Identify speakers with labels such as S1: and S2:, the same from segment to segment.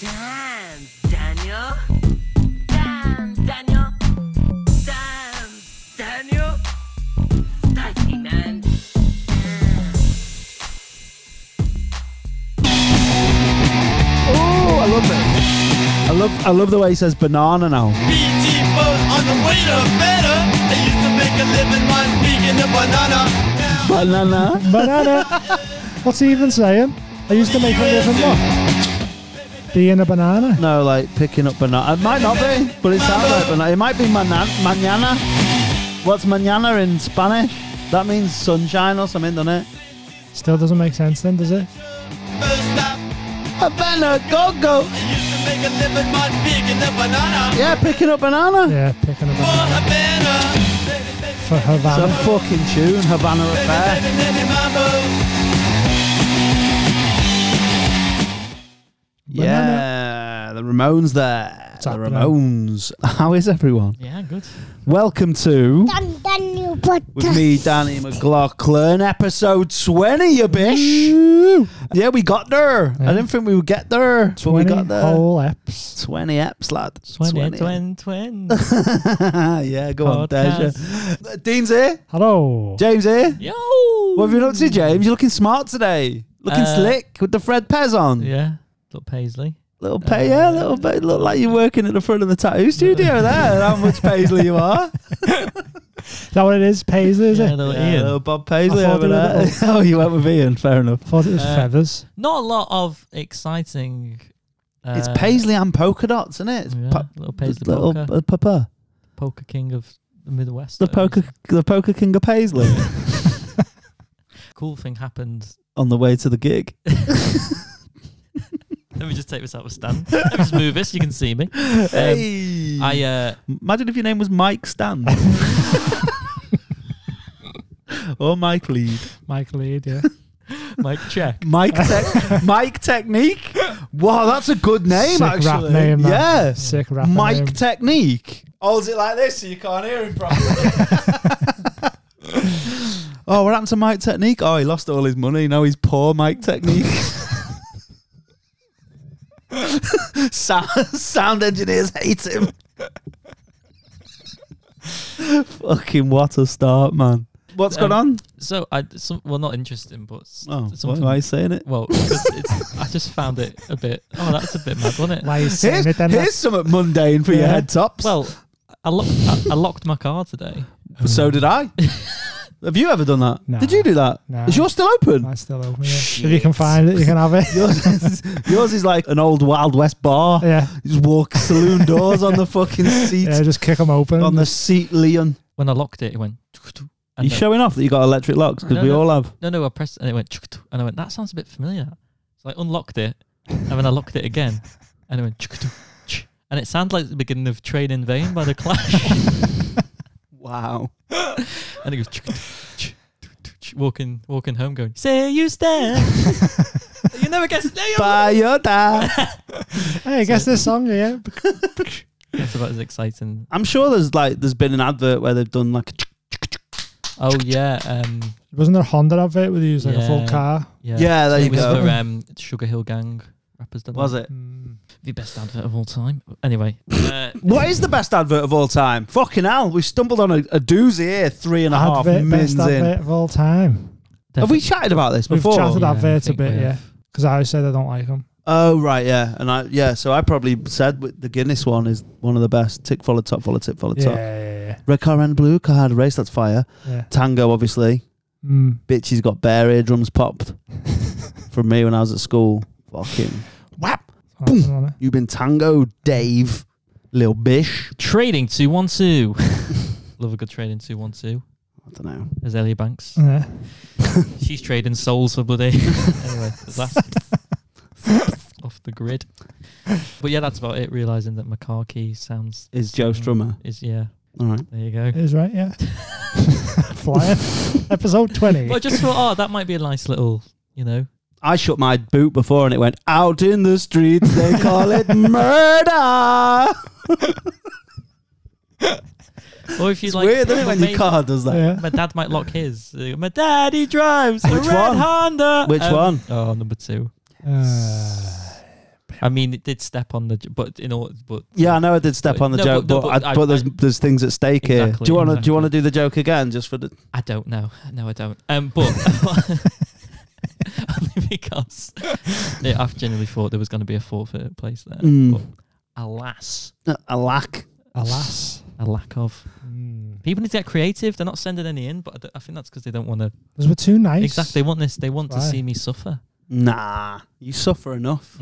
S1: Damn, Daniel. Damn, Daniel. Damn, Daniel. Spicy, man.
S2: Oh, I love it. I love, I love the way he says banana now.
S3: BT boat on the way to better. I used to make a living by speaking the banana. Now
S2: Banana.
S4: Banana. What's he even saying? I used to make a living what? Being a banana.
S2: No, like picking up banana. It might not be, but it sounds like banana. It might be manan- mañana. What's mañana in Spanish? That means sunshine or something, doesn't it?
S4: Still doesn't make sense then, does it?
S3: first stop.
S2: Banana, go go.
S3: I used to make a living by speaking the banana.
S2: Yeah, picking up banana.
S4: Yeah, picking a
S3: For
S4: banana
S3: Havana. Baby, baby,
S4: for
S2: It's a
S4: Havana.
S2: fucking tune, Havana
S3: baby,
S2: Affair.
S3: baby, baby, mambo.
S2: Yeah, the Ramones there.
S4: up,
S2: the
S4: bro?
S2: Ramones. How is everyone?
S5: Yeah, good.
S2: Welcome to
S6: Dan, Daniel Podcast.
S2: with me, Danny McLaughlin, episode twenty, you bish. Yeah, we got there. I
S4: Yeah.
S2: didn't think we would get there, but we
S4: 20
S2: got there.
S4: whole eps.
S2: Twenty eps, lad.
S5: 20, 20, 20.
S2: yeah, go on, Deja. Dean's here.
S4: Hello.
S2: James here.
S5: Yo!
S2: What have you been up to, James? You're looking smart today. Looking
S5: Uh,
S2: slick with the Fred Pez on.
S5: Yeah, Uh, look Paisley.
S2: Little pay, yeah, little bit. Look like you're working at the front of the tattoo studio there. How much Paisley you are?
S4: Is that what it is? Paisley, is
S5: Yeah,
S4: it?
S5: little
S2: Yeah,
S5: Ian.
S2: little Bob Paisley
S4: I thought
S2: over
S4: they were
S2: there. oh, you went with Ian. Fair enough.
S4: Thought it was
S5: Uh,
S4: feathers.
S5: Not a lot of exciting. Uh,
S2: it's Paisley and polka dots, isn't it? It's
S5: yeah,
S2: pa-
S5: little Paisley
S2: little
S5: poker,
S2: uh, papa.
S5: poker king of the Midwest.
S2: The
S5: I always
S2: poker, the poker king of Paisley.
S5: cool thing happened.
S2: on the way to the gig.
S5: Let me just take this out of stand. Let me just move this. You can see me.
S2: hey,
S5: I uh,
S2: Um, imagine if your name was Mike Stan or Mike Lead,
S4: Mike Lead, yeah.
S5: Mike check.
S2: Mike Tech, Mike Technique. Wow, that's a good name,
S4: Sick rap
S2: actually.
S4: name, that.
S2: yeah,
S4: Sick rapper
S2: Mike
S4: name.
S2: Technique. Holds it like this so you can't hear him properly. oh, what happened to Mike Technique? Oh, he lost all his money. Now he's poor Mike Technique. sound, sound engineers hate him. Fucking what a start, man. What's
S5: Um,
S2: going on?
S5: So I some, well not interesting, but s-
S2: Oh, why,
S5: something.
S2: why are you saying it?
S5: Well, because it's, I just found it a bit. Oh, that's a bit mad, wasn't it?
S4: Why he's saying
S2: Here's,
S4: it then?
S2: here's something mundane for your
S4: Yeah.
S2: head tops.
S5: Well, I, lo- I, I locked my car today.
S2: So did I. Have you ever done that?
S4: Nah.
S2: Did you do that? Is
S4: Nah.
S2: yours still open?
S4: That's still open. Yeah. If you can find it, you can have it.
S2: Yours is, yours is like an old Wild West bar.
S4: yeah.
S2: You just walk saloon doors on the fucking seat,
S4: Yeah, just kick them open.
S2: on the seat, Leon.
S5: When I locked it, it went. and
S2: You
S5: then-
S2: showing off that you got electric locks because
S5: No,
S2: we
S5: no.
S2: all have.
S5: No, no, I pressed it and it went, chuk-tuk, and I went, that sounds a bit familiar. So I unlocked it, and then I locked it again, and it went, chuk-tuk, ch, and it sounded like the beginning of Train in Vain by The Clash.
S2: Wow.
S5: and it goes, chuk-tuk, ch, tu, tu, ch, walking, walking home going, say you stare. you never guess, there you
S2: By your dad.
S4: hey, I guess this song, yeah.
S5: That's about as exciting.
S2: I'm sure there's like there's been an advert where they've done like a
S5: Oh, yeah. Um,
S4: Wasn't there a Honda advert where they used like a full
S5: Yeah.
S4: car?
S5: yeah.
S2: Yeah, there
S5: it
S2: you
S5: was
S2: go.
S5: for um, Sugar Hill Gang rappers. done
S2: was it?
S4: Mm.
S5: The best advert of all time. Anyway. Uh,
S2: What is the best advert of all time? Fucking hell, we stumbled on a, a doozy here, three and a half
S4: Advert,
S2: mins
S4: best
S2: in.
S4: advert of all time.
S2: Have we chatted about this
S4: We've
S2: before?
S4: chatted
S5: Yeah, I
S4: adverts a
S5: think
S4: bit,
S5: we
S4: yeah.
S5: have.
S4: Because I always said I don't like them.
S2: Oh right, yeah, and I yeah, so I probably said with the Guinness one is one of the best. Tick follow top follow tip follow
S4: Yeah,
S2: top.
S4: yeah, yeah.
S2: Red car and blue card race that's fire.
S4: yeah.
S2: Tango obviously.
S4: Mm.
S2: Bitches got bare eardrums popped from me when I was at school. Fucking whap!
S4: Something on it.
S2: You've been tango, Dave, little bish.
S5: Trading 212. Love a good trading 212,
S2: I don't know.
S5: as Ellie Banks.
S4: Yeah.
S5: She's trading souls for bloody. anyway, that's off the grid. But yeah, that's about it. Realizing that my car key sounds
S2: Is Joe Strummer?
S5: is yeah.
S2: All right.
S5: There you go.
S4: It is right, yeah. Flying. Episode 20.
S5: But I just thought, oh, that might be a nice little, you know.
S2: I shut my boot before and it went out in the streets. They call it murder.
S5: Or if you
S2: It's
S5: like,
S2: weird, isn't it,
S5: my
S2: when your
S5: mate-
S2: car does that?
S4: Yeah.
S5: My dad might lock his. Uh, My daddy drives a
S2: Which
S5: red
S2: one?
S5: Honda.
S2: Which
S5: Um,
S2: one?
S5: Oh, number two.
S4: Uh,
S5: I mean, it did step on the, j- but in all, but um,
S2: Yeah, I know I did step
S5: But-
S2: on the
S5: no,
S2: joke,
S5: but-
S2: but,
S5: no,
S2: I- but,
S5: but I-
S2: there's
S5: I-
S2: there's things at stake here.
S5: Exactly,
S2: Do you want to do you
S5: exactly.
S2: want to do the joke again just for the?
S5: I don't know. No, I don't. Um, but only because yeah, I've genuinely thought there was going to be a forfeit place there.
S2: Mm.
S5: But alas,
S2: A lack.
S4: Alas. Mm.
S5: a lack of people need to get creative. They're not sending any in, but I d- I think that's because they don't want to.
S4: Because we're too nice.
S5: Exactly, they want this. They want to
S4: Right.
S5: see me suffer. Mm,
S2: Nah, you suffer enough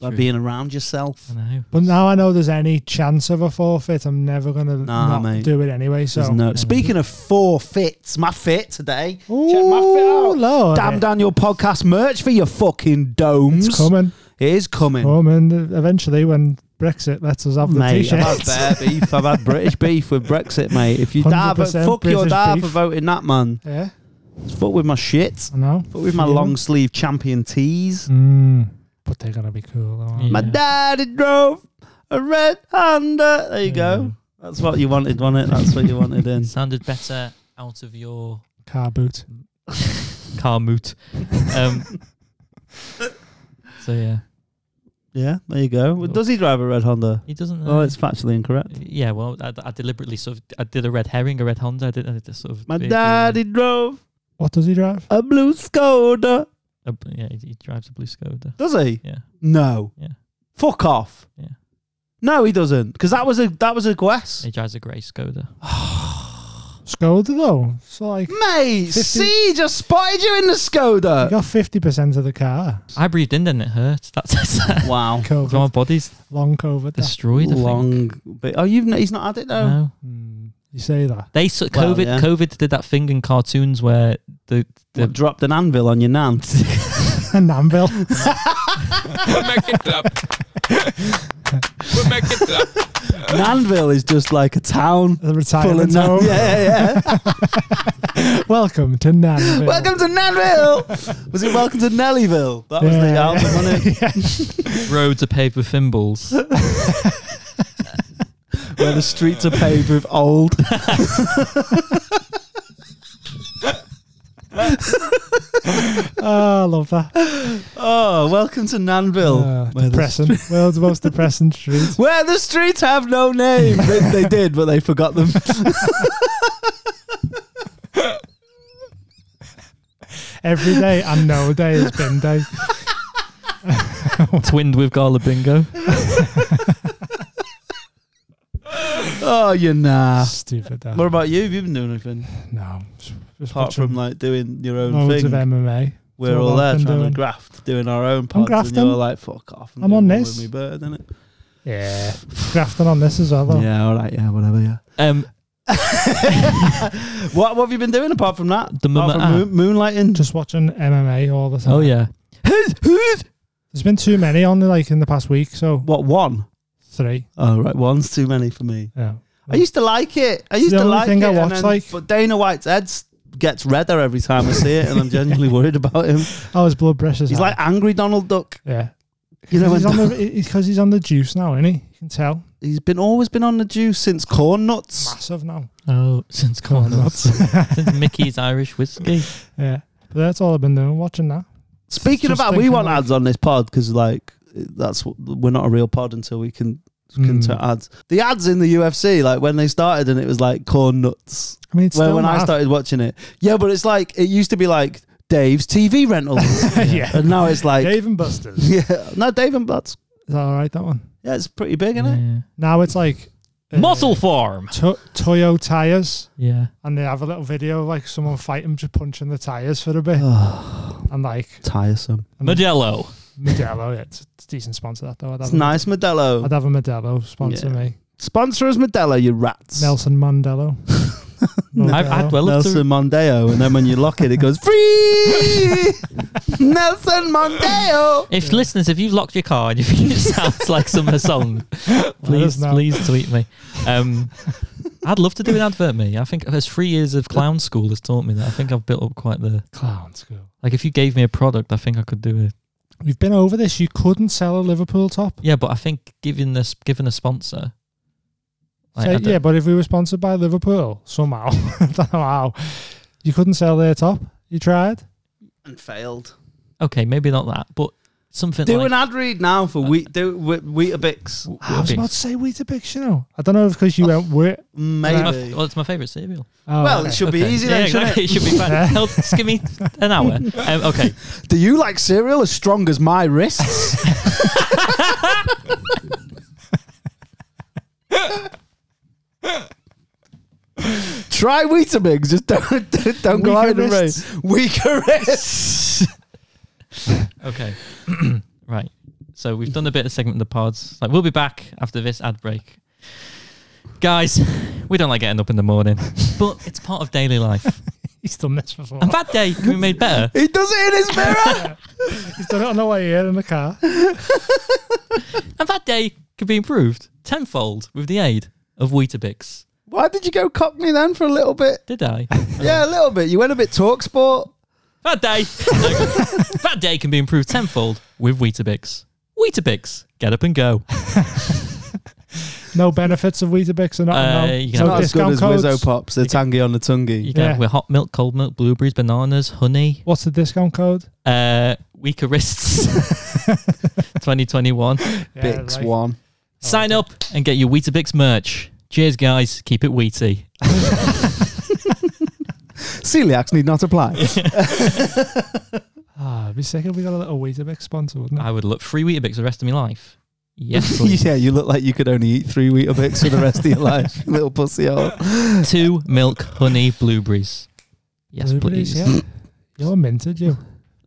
S2: by
S5: True.
S2: being around yourself.
S5: I know.
S4: But now I know there's any chance of a forfeit, I'm never going to
S2: Nah,
S4: not
S2: mate.
S4: do it anyway.
S2: There's
S4: So.
S2: no- Speaking of four fits, my fit today. Check my fit
S4: Ooh,
S2: out.
S4: Lord.
S2: Damn Daniel podcast merch for your fucking domes.
S4: It's coming.
S2: It is coming.
S4: Coming. Eventually, when Brexit lets us have the t
S2: Mate, I've
S4: shirt.
S2: had bear beef. I've had British beef with Brexit, mate. If you dad, but
S4: 100%
S2: fuck your
S4: British
S2: dad for
S4: beef.
S2: voting that man.
S4: Yeah.
S2: Fuck with my shit.
S4: I know.
S2: Fuck with my
S4: Yeah.
S2: long sleeve champion tees.
S4: Mm, but they're going to be cool. though, aren't
S2: My
S5: Yeah.
S2: daddy drove a red Honda. There you go. That's what you wanted, wasn't it? That's what you wanted in.
S5: Sounded better out of your
S4: they? Car boot.
S5: car moot. Um, so yeah,
S2: Yeah, there you go. Well, Does he drive a red Honda?
S5: he doesn't.
S2: Oh,
S5: uh,
S2: it's factually incorrect.
S5: Yeah, well, I, I deliberately sort of I did a red herring, a red Honda. I did, I did a sort of uh,
S2: My
S5: vaguely-
S2: daddy drove
S4: What does he drive?
S2: a blue Skoda.
S5: a bl- yeah, he, he drives a blue Skoda.
S2: Does he?
S5: Yeah,
S2: No.
S5: Yeah.
S2: Fuck off.
S5: Yeah.
S2: No, he doesn't. Because that was a that was a guess.
S5: he drives a grey Skoda.
S4: Skoda, though. So, like, you
S2: Mate,
S4: 50
S2: see, he just spotted you in the Skoda.
S4: got 50% of the car.
S2: uh,
S5: I breathed in and it hurt. That's
S2: Wow.
S4: COVID.
S5: my body's
S4: Long COVID. that.
S5: destroyed. I think.
S2: Long. But, oh, you've n- he's not had it though.
S5: No.
S4: Mm, you say that.
S5: They so,
S2: Well,
S5: COVID
S2: yeah.
S5: COVID did that thing in cartoons where the
S2: What, dropped an anvil on your nan.
S4: And Anvil.
S6: We'll make it clap. We'll make it clap.
S2: Nanville is just like a town.
S4: The
S2: Full of
S4: retirement
S2: Nan-
S4: home.
S2: yeah, yeah, yeah.
S4: Welcome to Nanville.
S2: welcome to Nanville. Was it Welcome to Nellyville? That was the
S4: Yeah.
S2: album, wasn't it?
S5: roads are paved with thimbles.
S2: Where the streets are paved with old.
S4: Oh, I love that.
S2: Oh, welcome to Nanville.
S4: Uh,
S2: where, the,
S4: depressing. World's most depressing street.
S2: where the streets have no name. they, they did, but they forgot them.
S4: Every day and no day is bin day.
S5: Twinned with Gala Bingo.
S2: Oh, you nah.
S4: Ah. Stupid. That.
S2: What about you? Have you been doing anything
S4: No. Just, just
S2: apart
S4: watching
S2: from like doing your own
S4: loads
S2: thing?
S4: of MMA.
S2: We're
S4: all
S2: all there
S4: I've been
S2: trying
S4: doing.
S2: to graft, doing our own pods, and
S4: grafting.
S2: you're like, "Fuck off!"
S4: I'm on
S2: doing one
S4: this.
S2: with me bird, innit?
S4: Yeah. Grafting on this as well. Though.
S2: Yeah, all right, yeah, whatever, yeah.
S5: Um,
S2: What, what have you been doing apart from that?
S5: The
S2: apart
S5: mama-
S2: from moon, moonlighting.
S4: Just watching MMA all the time.
S5: oh yeah,
S4: There's been too many on like in the past week, so
S2: what one?
S4: three.
S2: Oh right, one's too many for me.
S4: Yeah.
S2: I used to like it. I used
S4: the
S2: to
S4: only
S2: like
S4: thing
S2: it.
S4: I
S2: and
S4: watch,
S2: then-
S4: like-
S2: but Dana White's head s- gets redder every time I see it, and I'm genuinely worried about him.
S4: Oh, his blood pressure's
S2: He's
S4: high.
S2: like angry Donald Duck.
S4: yeah.
S2: You know,
S4: he's
S2: when-
S4: on the because he's on the juice now, isn't he? You can tell.
S2: He's been always been on the juice since corn nuts.
S4: Massive now.
S5: oh since
S4: Corn
S5: corn nuts, since Mickey's Irish whiskey.
S4: Yeah. But that's all I've been doing, watching that.
S2: Speaking
S4: Just
S2: about, we
S4: thinking,
S2: want
S4: like-
S2: ads on this pod because like that's what, we're not a real pod until we can can
S4: Mm.
S2: turn ads. The ads in the UFC, like when they started, and it was like corn nuts.
S4: I mean, it's
S2: Well,
S4: still
S2: when I
S4: mad.
S2: started watching it, yeah, but it's like it used to be like Dave's TV rentals,
S4: yeah.
S2: and now it's like
S4: Dave and Buster's. Is
S2: yeah, no Dave and Butts.
S4: that all right? That one.
S2: Yeah, it's pretty big, isn't it?
S4: Now it's like uh,
S5: Muscle farm.
S4: to- Toyo tires,
S5: Yeah.
S4: and they have a little video of like someone fighting, just punching the tires for a bit,
S5: Oh,
S2: Oh.
S4: and like
S2: Tiresome.
S5: Modelo.
S4: Modelo. Yeah, it's, it's a decent sponsor that though. I'd have
S2: It's
S4: a-
S2: nice, Modelo.
S4: I'd have a Modelo sponsor
S2: Yeah.
S4: me.
S2: Sponsor us, Modelo, you rats.
S4: Nelson Mandela.
S5: I'd, I'd well love
S2: Nelson
S5: to.
S2: Mondeo, and then when you lock it, it goes free. Nelson Mondeo.
S5: If listeners, if you've locked your car and you think it sounds like some song, please
S4: know.
S5: please tweet me. Um, I'd love to do an advert, me. I think there's three years of clown school has taught me that. I think I've built up quite the
S4: Clown school.
S5: like. If you gave me a product, I think I could do it.
S4: We've been over this. You couldn't sell a Liverpool top.
S5: Yeah, but I think giving this given a sponsor. like,
S4: Say-
S5: I don't-
S4: yeah, but if we were sponsored by Liverpool somehow, I don't know how, you couldn't sell their top. You tried.
S2: And failed.
S5: Okay, maybe not that, but something
S2: Do
S5: like
S2: an ad read now for wheat, do, wheat, Weetabix.
S4: I was about to say Weetabix, you know. I don't know if because you went wit.
S5: It's my,
S2: Maybe.
S5: well, it's my favorite cereal.
S4: Oh,
S2: Well, it should be
S5: Okay.
S2: easy
S5: Yeah,
S2: then, shouldn't
S5: exactly.
S2: it?
S5: It should be fine. Hell, just give me an hour. Um, okay.
S2: Do you like cereal as strong as my wrists? Try Weetabix, just don't don't, don't go
S4: Weaker
S2: out and raise
S4: wrists.
S2: weaker wrists.
S5: Okay. right. So we've done a bit of segment of the pods. Like we'll be back after this ad break. Guys, we don't like getting up in the morning, but it's part of daily life.
S4: he's done this before.
S5: And that day can be made better.
S2: he does it in his mirror.
S4: he's done it on the way here in the car.
S5: And that day can be improved tenfold with the aid of Weetabix.
S2: Why did you go Cockney then for a little bit?
S5: Did I?
S2: Yeah, a little bit. You went a bit talk sport.
S5: That day, that day can be improved tenfold with Weetabix. Weetabix, get up and go.
S4: No benefits of Weetabix or not.
S5: Uh,
S4: no.
S5: you
S4: no
S5: can have-
S2: Not as good
S4: Oh, discount
S2: as
S4: codes.
S2: Wizzo Pops. They're tangy on the
S5: You
S2: tungy.
S5: can
S4: Yeah.
S5: have with hot milk, cold milk, blueberries, bananas, honey,
S4: What's the discount code?
S5: uh, weaker wrists.
S4: Oh,
S5: 2021.
S2: Bix one.
S5: Sign up and get your Weetabix merch. Cheers, guys. Keep it wheaty.
S2: Celiacs need not apply.
S4: Ah, it'd be sick if we got a little Weetabix sponsor, wouldn't it?
S5: I would look free Weetabix the rest of my life. Yes, please.
S2: yeah, you look like you could only eat three Weetabix for the rest of your life, you little pussy hole.
S5: Two milk, honey, blueberries. Yes,
S4: Blueberries,
S5: please.
S4: yeah. You're minted, you.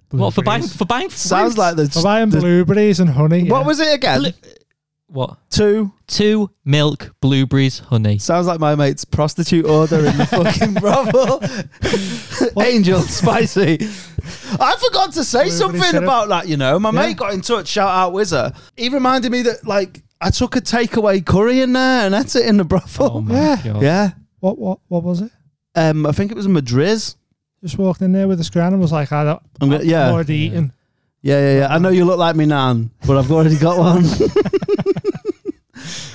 S5: What for buying?
S4: Blueberries.
S5: For buying?
S2: Sounds
S5: fruit?
S2: like the.
S4: For buying
S2: the-
S4: blueberries and honey.
S2: What
S4: yeah.
S2: was it again?
S5: Blu- what?
S2: Two.
S5: Two milk, blueberries, honey.
S2: Sounds like my mate's prostitute order in the fucking brothel. Angel spicy. I forgot to say
S4: Everybody
S2: something
S4: shut up.
S2: about that. You know, my
S4: Yeah.
S2: mate got in touch. Shout out Wizzer. He reminded me that like I took a takeaway curry in there and that's it in the
S5: Oh
S2: brothel.
S5: my
S4: yeah.
S5: god!
S2: yeah.
S4: What, what, what was it?
S2: Um, I think it was Madriz.
S4: Just walked in there with a scran and was like, I don't,
S2: I'm gonna, yeah,
S4: I'm already eaten.
S2: yeah, yeah, yeah. I know you look like me, Nan, but I've already got one.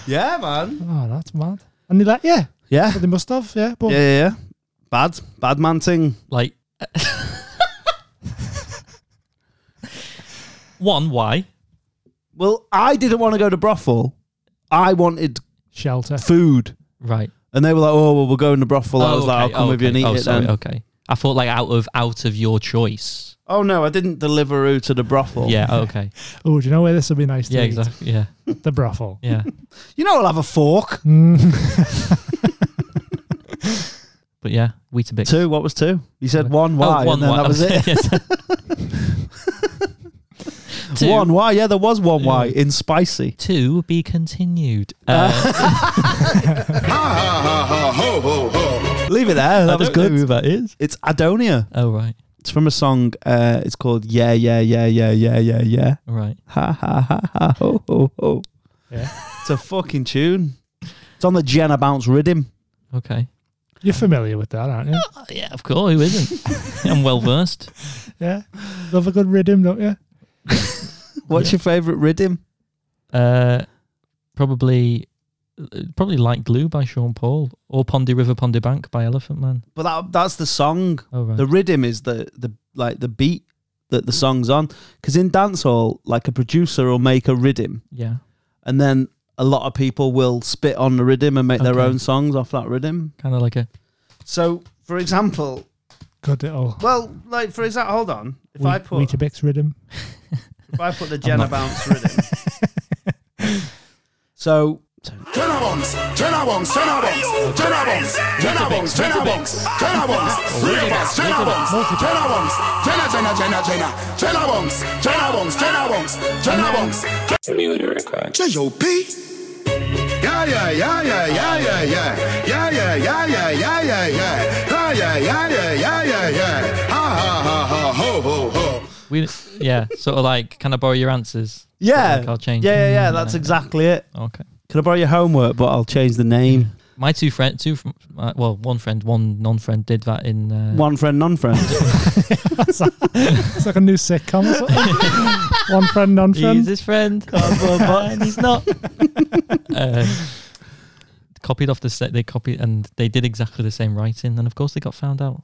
S2: yeah, man.
S4: Oh, that's mad. And they're like, yeah,
S2: Yeah,
S4: but they must have, yeah. But
S2: yeah, yeah. yeah. Bad, bad man thing.
S5: Like, one why?
S2: Well, I didn't want to go to brothel. I wanted
S4: shelter.
S2: food,
S5: Right.
S2: and they were like, "Oh, well, we'll go in the brothel." I was like, "I'll
S5: okay,
S2: come with you and
S5: okay.
S2: eat
S5: oh,
S2: it."
S5: sorry,
S2: Then.
S5: Okay. I thought like out of out of your choice.
S2: Oh no, I didn't deliver you to the brothel.
S5: Yeah. Okay.
S4: Oh, do you know where this would be nice to
S5: yeah.
S4: eat?
S5: Exactly. Yeah.
S4: The brothel.
S5: Yeah.
S2: you know, I'll have a fork.
S4: Mm.
S5: But yeah, Weetabix.
S2: Two. What was two? You said one.
S5: Oh,
S2: Why? and then
S5: why.
S2: that was it.
S5: Yes. Two.
S2: One. Why? Yeah, there was one. Why
S5: Yeah.
S2: in spicy.
S5: To be continued. Uh,
S2: Leave it there.
S5: I
S2: That was
S5: don't know
S2: good.
S5: who that is.
S2: It's Adonia.
S5: Oh right.
S2: It's from a song. Uh, it's called Yeah Yeah Yeah Yeah Yeah Yeah Yeah.
S5: All right.
S2: Ha ha ha ha ho ho ho.
S4: Yeah.
S2: It's a fucking tune. It's on the Jenna Bounce rhythm.
S5: Okay.
S4: You're familiar with that, aren't you?
S5: Uh, yeah. Of course. Who isn't? I'm well versed.
S4: Yeah. Love a good rhythm, don't you?
S2: What's your favourite rhythm?
S5: Uh, probably. uh, Probably like glue by Sean Paul or Pondy River Pondy Bank by Elephant Man.
S2: But that, that's the song.
S5: Oh right.
S2: The rhythm is the the like the beat that the song's on. Because in dancehall, like a producer will make a rhythm,
S5: yeah.
S2: and then a lot of people will spit on the rhythm and make their
S5: Okay.
S2: own songs off that rhythm.
S5: Kind of like a.
S2: So, for example,
S4: Good little
S2: well, like for example, hold on. If I
S4: Wheat,
S2: put
S4: Weetabix rhythm.
S2: If I put the Jenna bounce rhythm. so
S7: Tenabongs, tenabongs, tenabongs, tenabongs, tenabongs, tenabongs, tenabongs, rivers, tenabongs, tenabongs, tena, tena, tena, tena, tenabongs, tenabongs, tenabongs, tenabongs, J.O.P. Yeah, yeah, yeah, yeah, yeah, yeah, yeah, yeah, yeah, yeah, yeah, yeah, yeah, yeah, yeah, yeah, yeah, yeah, yeah, yeah, yeah, ha, ha, ha, ha, ho, ho, ho.
S5: We, yeah, sort of like, can I borrow your answers?
S2: yeah,
S5: I'll change
S2: yeah,
S5: it.
S2: yeah, yeah. That's exactly it.
S5: Okay.
S2: Can I borrow your homework? But I'll change the name.
S5: My two friend, two, fr- uh, well, one friend, one non-friend did that in. Uh,
S2: One friend, non-friend.
S4: It's like a new sitcom or something. One friend, none
S5: He's
S4: friend.
S5: his friend, and he's not. uh, copied off the set. They copied, and they did exactly the same writing. And of course, they got found out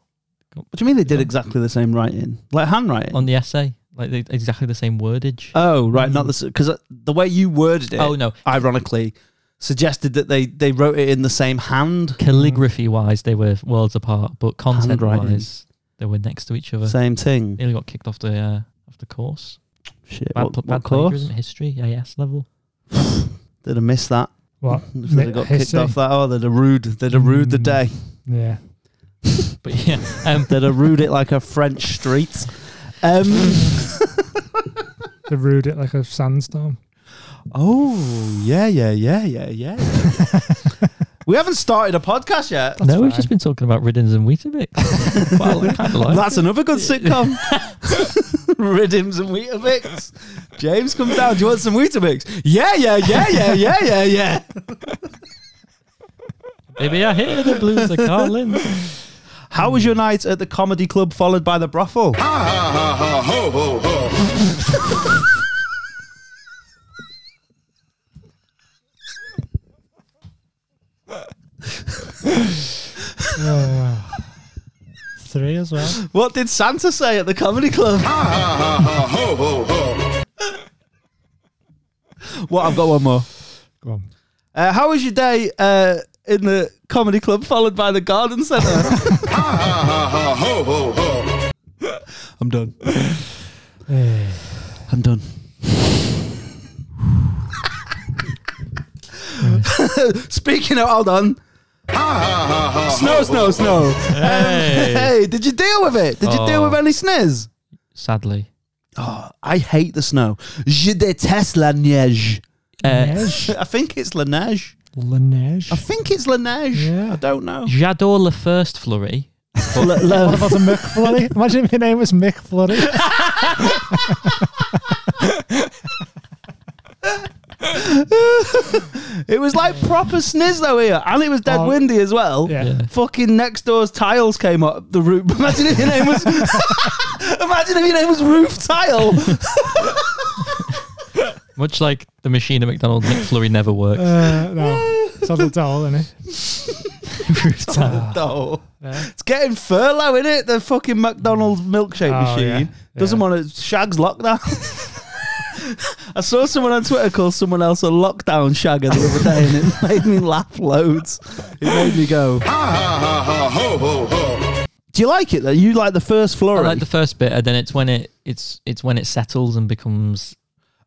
S2: what do you mean they did exactly the same writing, like handwriting?
S5: on the essay. like they, exactly the same wordage.
S2: Oh, right, not the because the way you worded it.
S5: Mm. Oh, no.
S2: ironically, suggested that they they wrote it in the same hand,
S5: Calligraphy wise, they were worlds apart, but content
S2: Handwriting.
S5: wise, they were next to each other.
S2: same thing.
S5: Nearly got kicked off the uh, off the course.
S2: Shit,
S5: Bad,
S2: what,
S5: pl-
S2: what
S5: bad
S2: course?
S5: plagiarism, history, AS level.
S2: They'd have missed that.
S4: What?
S2: If they'd have got
S4: History?
S2: kicked off that. Oh, they'd have rude. They'd have rude the
S4: Mm.
S2: day.
S4: Yeah.
S5: But yeah, um,
S2: They'd have rude it like a French street. Um,
S4: They rude it like a sandstorm.
S2: oh yeah, yeah, yeah, yeah, yeah. we haven't started a podcast yet.
S5: no, we've just been talking about Riddens and Weetabix. well, I kind of like.
S2: That's another good sitcom. Riddims and Weetabix. James, come down. Do you want some Weetabix? Yeah, yeah, yeah, yeah, yeah, yeah, yeah.
S5: Maybe I hear the blues are calling.
S2: How was your night at the comedy club followed by the brothel?
S7: Ha ha ha ha ho ho ho.
S4: Three as well.
S2: What did Santa say at the comedy club?
S7: Ha ha ha ha ho ho ho.
S2: What? I've got one more.
S4: Go on.
S2: Uh, how was your day uh, in the comedy club followed by the garden centre?
S7: Ha ha ha ho ho ho.
S2: I'm done.
S4: Eh,
S2: I'm done. Speaking of, hold on. Snow, snow, snow.
S5: Hey.
S2: Hey, did you deal with it? Did you deal
S5: Oh.
S2: with any sniz?
S5: Sadly,
S2: I hate the snow. Je déteste la neige.
S5: uh,
S2: I think it's la neige.
S4: Laneige.
S2: I think it's la neige.
S4: Yeah.
S2: I don't know.
S5: j'adore la first flurry.
S2: La- la-
S4: What about a Mick Flurry? Imagine if your name was Mick Flurry.
S2: It was like proper sniz though here, and it was dead
S4: Oh.
S2: windy as well.
S4: Yeah.
S5: Yeah.
S2: Fucking next door's tiles came up the roof. Imagine if your name was. imagine if your name was Roof Tile.
S5: Much like the machine at McDonald's, McFlurry never works.
S4: Uh, no. It's not the doll, isn't it?
S2: no. It's getting furlough, is it? The fucking McDonald's milkshake
S4: Oh,
S2: machine
S4: yeah.
S2: doesn't
S4: Yeah.
S2: want to. Shag's lockdown. I saw someone on Twitter call someone else a lockdown shagger the other day, and it made me laugh loads. It made me go,
S7: Ha ha ha ha ho ho ho.
S2: "Do you like it? Though you like the first floor? eh?"
S5: I like the first bit, and then it's when it it's it's when it settles and becomes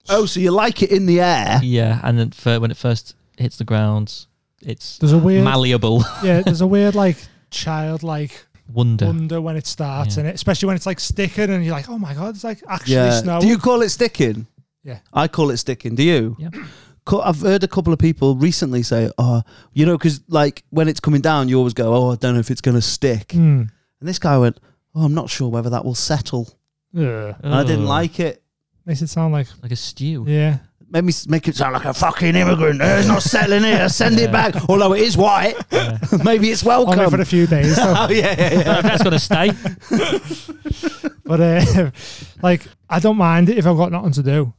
S2: oh, so you like it in the air?
S5: yeah, and then fir- when it first hits the ground, it's
S4: There's a weird,
S5: malleable
S4: yeah. There's a weird like childlike
S5: wonder.
S4: wonder when it starts,
S5: Yeah.
S4: and especially when it's like sticking, and you're like, oh my god, it's like actually snow.
S2: Do you call it sticking?
S4: Yeah.
S2: I call it sticking. Do you?
S5: Yeah.
S2: Co- I've heard a couple of people recently say, "Oh, you know, because like when it's coming down, you always go, oh, I don't know if it's going to stick."
S4: Hmm.
S2: And this guy went, "Oh, I'm not sure whether that will settle."
S4: Yeah.
S2: And I didn't
S4: Oh.
S2: like it.
S4: Makes it sound like
S5: like a stew.
S4: yeah.
S2: Made me s- make it sound like a fucking immigrant. Eh, It's not settling here. Send it back. Although it is white, maybe it's welcome.
S4: Only for a few days, though.
S2: oh yeah, yeah, yeah.
S5: But That's gonna stay.
S4: but uh, like I don't mind it if I've got nothing to do.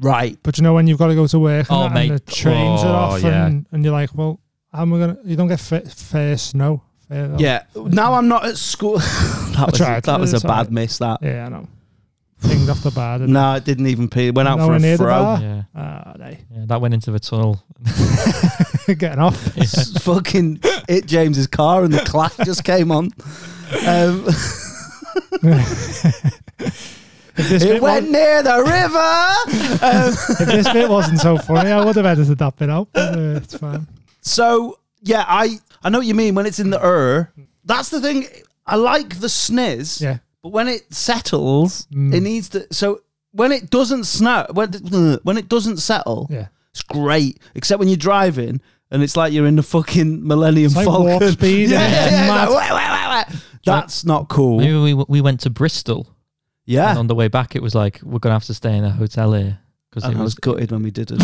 S2: right.
S4: But you know when you've got to go to work and,
S5: Oh,
S4: that, and
S5: mate.
S4: the trains
S5: Oh,
S4: are off,
S5: yeah.
S4: and, and you're like, well, how am I gonna? You don't get fa- fair snow. Fair,
S2: Yeah. Now I'm not at school. that was,
S4: Oh. tried.
S2: that was a
S4: It's
S2: bad
S4: alright.
S2: miss. That.
S4: yeah, I know. Things off the bar. didn't
S2: No, it didn't even pee. It Went out
S4: No
S2: for
S4: one
S2: a
S4: near the
S2: throw.
S4: bar.
S5: Yeah,
S4: Ah, they
S5: yeah, that went into the tunnel.
S4: getting off.
S2: S- fucking it James's car and the clack just came on. Um,
S4: If this,
S2: it
S4: bit
S2: went
S4: was,
S2: near the river. Um,
S4: if this bit wasn't so funny, I would have edited that bit out. But, uh, it's fine.
S2: so yeah, I I know what you mean when it's in the er. That's the thing. I like the sniz,
S4: Yeah. Mm.
S2: but when it settles, it needs to. So when it doesn't snow, when when it doesn't settle,
S4: Yeah.
S2: it's great. Except when you're driving and it's like you're in the fucking Millennium
S4: It's like warp
S2: Falcon.
S4: speed,
S2: yeah,
S4: isn't it?
S2: yeah,
S4: It's
S2: yeah, like,
S4: mad.
S2: "Wah, wah, wah, wah." That's not cool.
S5: Maybe we we went to Bristol, and
S2: Yeah.
S5: on the way back, it was like we're gonna have to stay in a hotel here because
S2: And
S5: it
S2: I was
S5: was
S2: gutted when we didn't.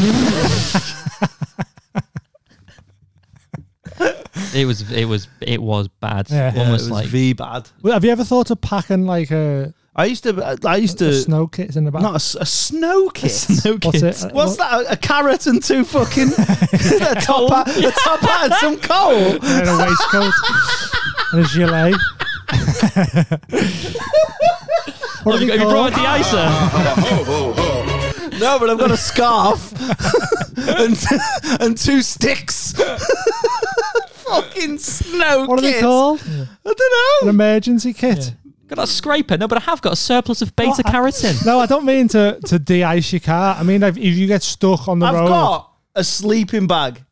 S5: it was it was it was bad.
S4: Yeah. Yeah,
S5: Almost
S2: it was
S5: like
S2: V bad.
S4: Well, have you ever thought of packing like a,
S2: I used to. I used
S5: Uh,
S4: a
S2: to.
S4: snow kit in the back?
S2: Not a, s- a snow kit.
S4: What's it?
S2: What's that? A, a carrot and two fucking a top hat, a top hat and some coal.
S4: And a waistcoat and a gilet. What
S5: Have
S4: do
S5: you,
S4: they
S5: have you
S4: call
S5: brought a deicer?
S2: No, but I've got a scarf and, and two sticks. Fucking snow
S4: What are they
S2: kids.
S4: called?
S2: I don't
S4: An
S2: know.
S4: emergency kit.
S5: Got a scraper? No, but I have got a surplus of beta
S4: What?
S5: carotene.
S4: No, I don't mean to, to de-ice your car. I mean if, if you get stuck on the
S2: I've
S4: road.
S2: got a sleeping bag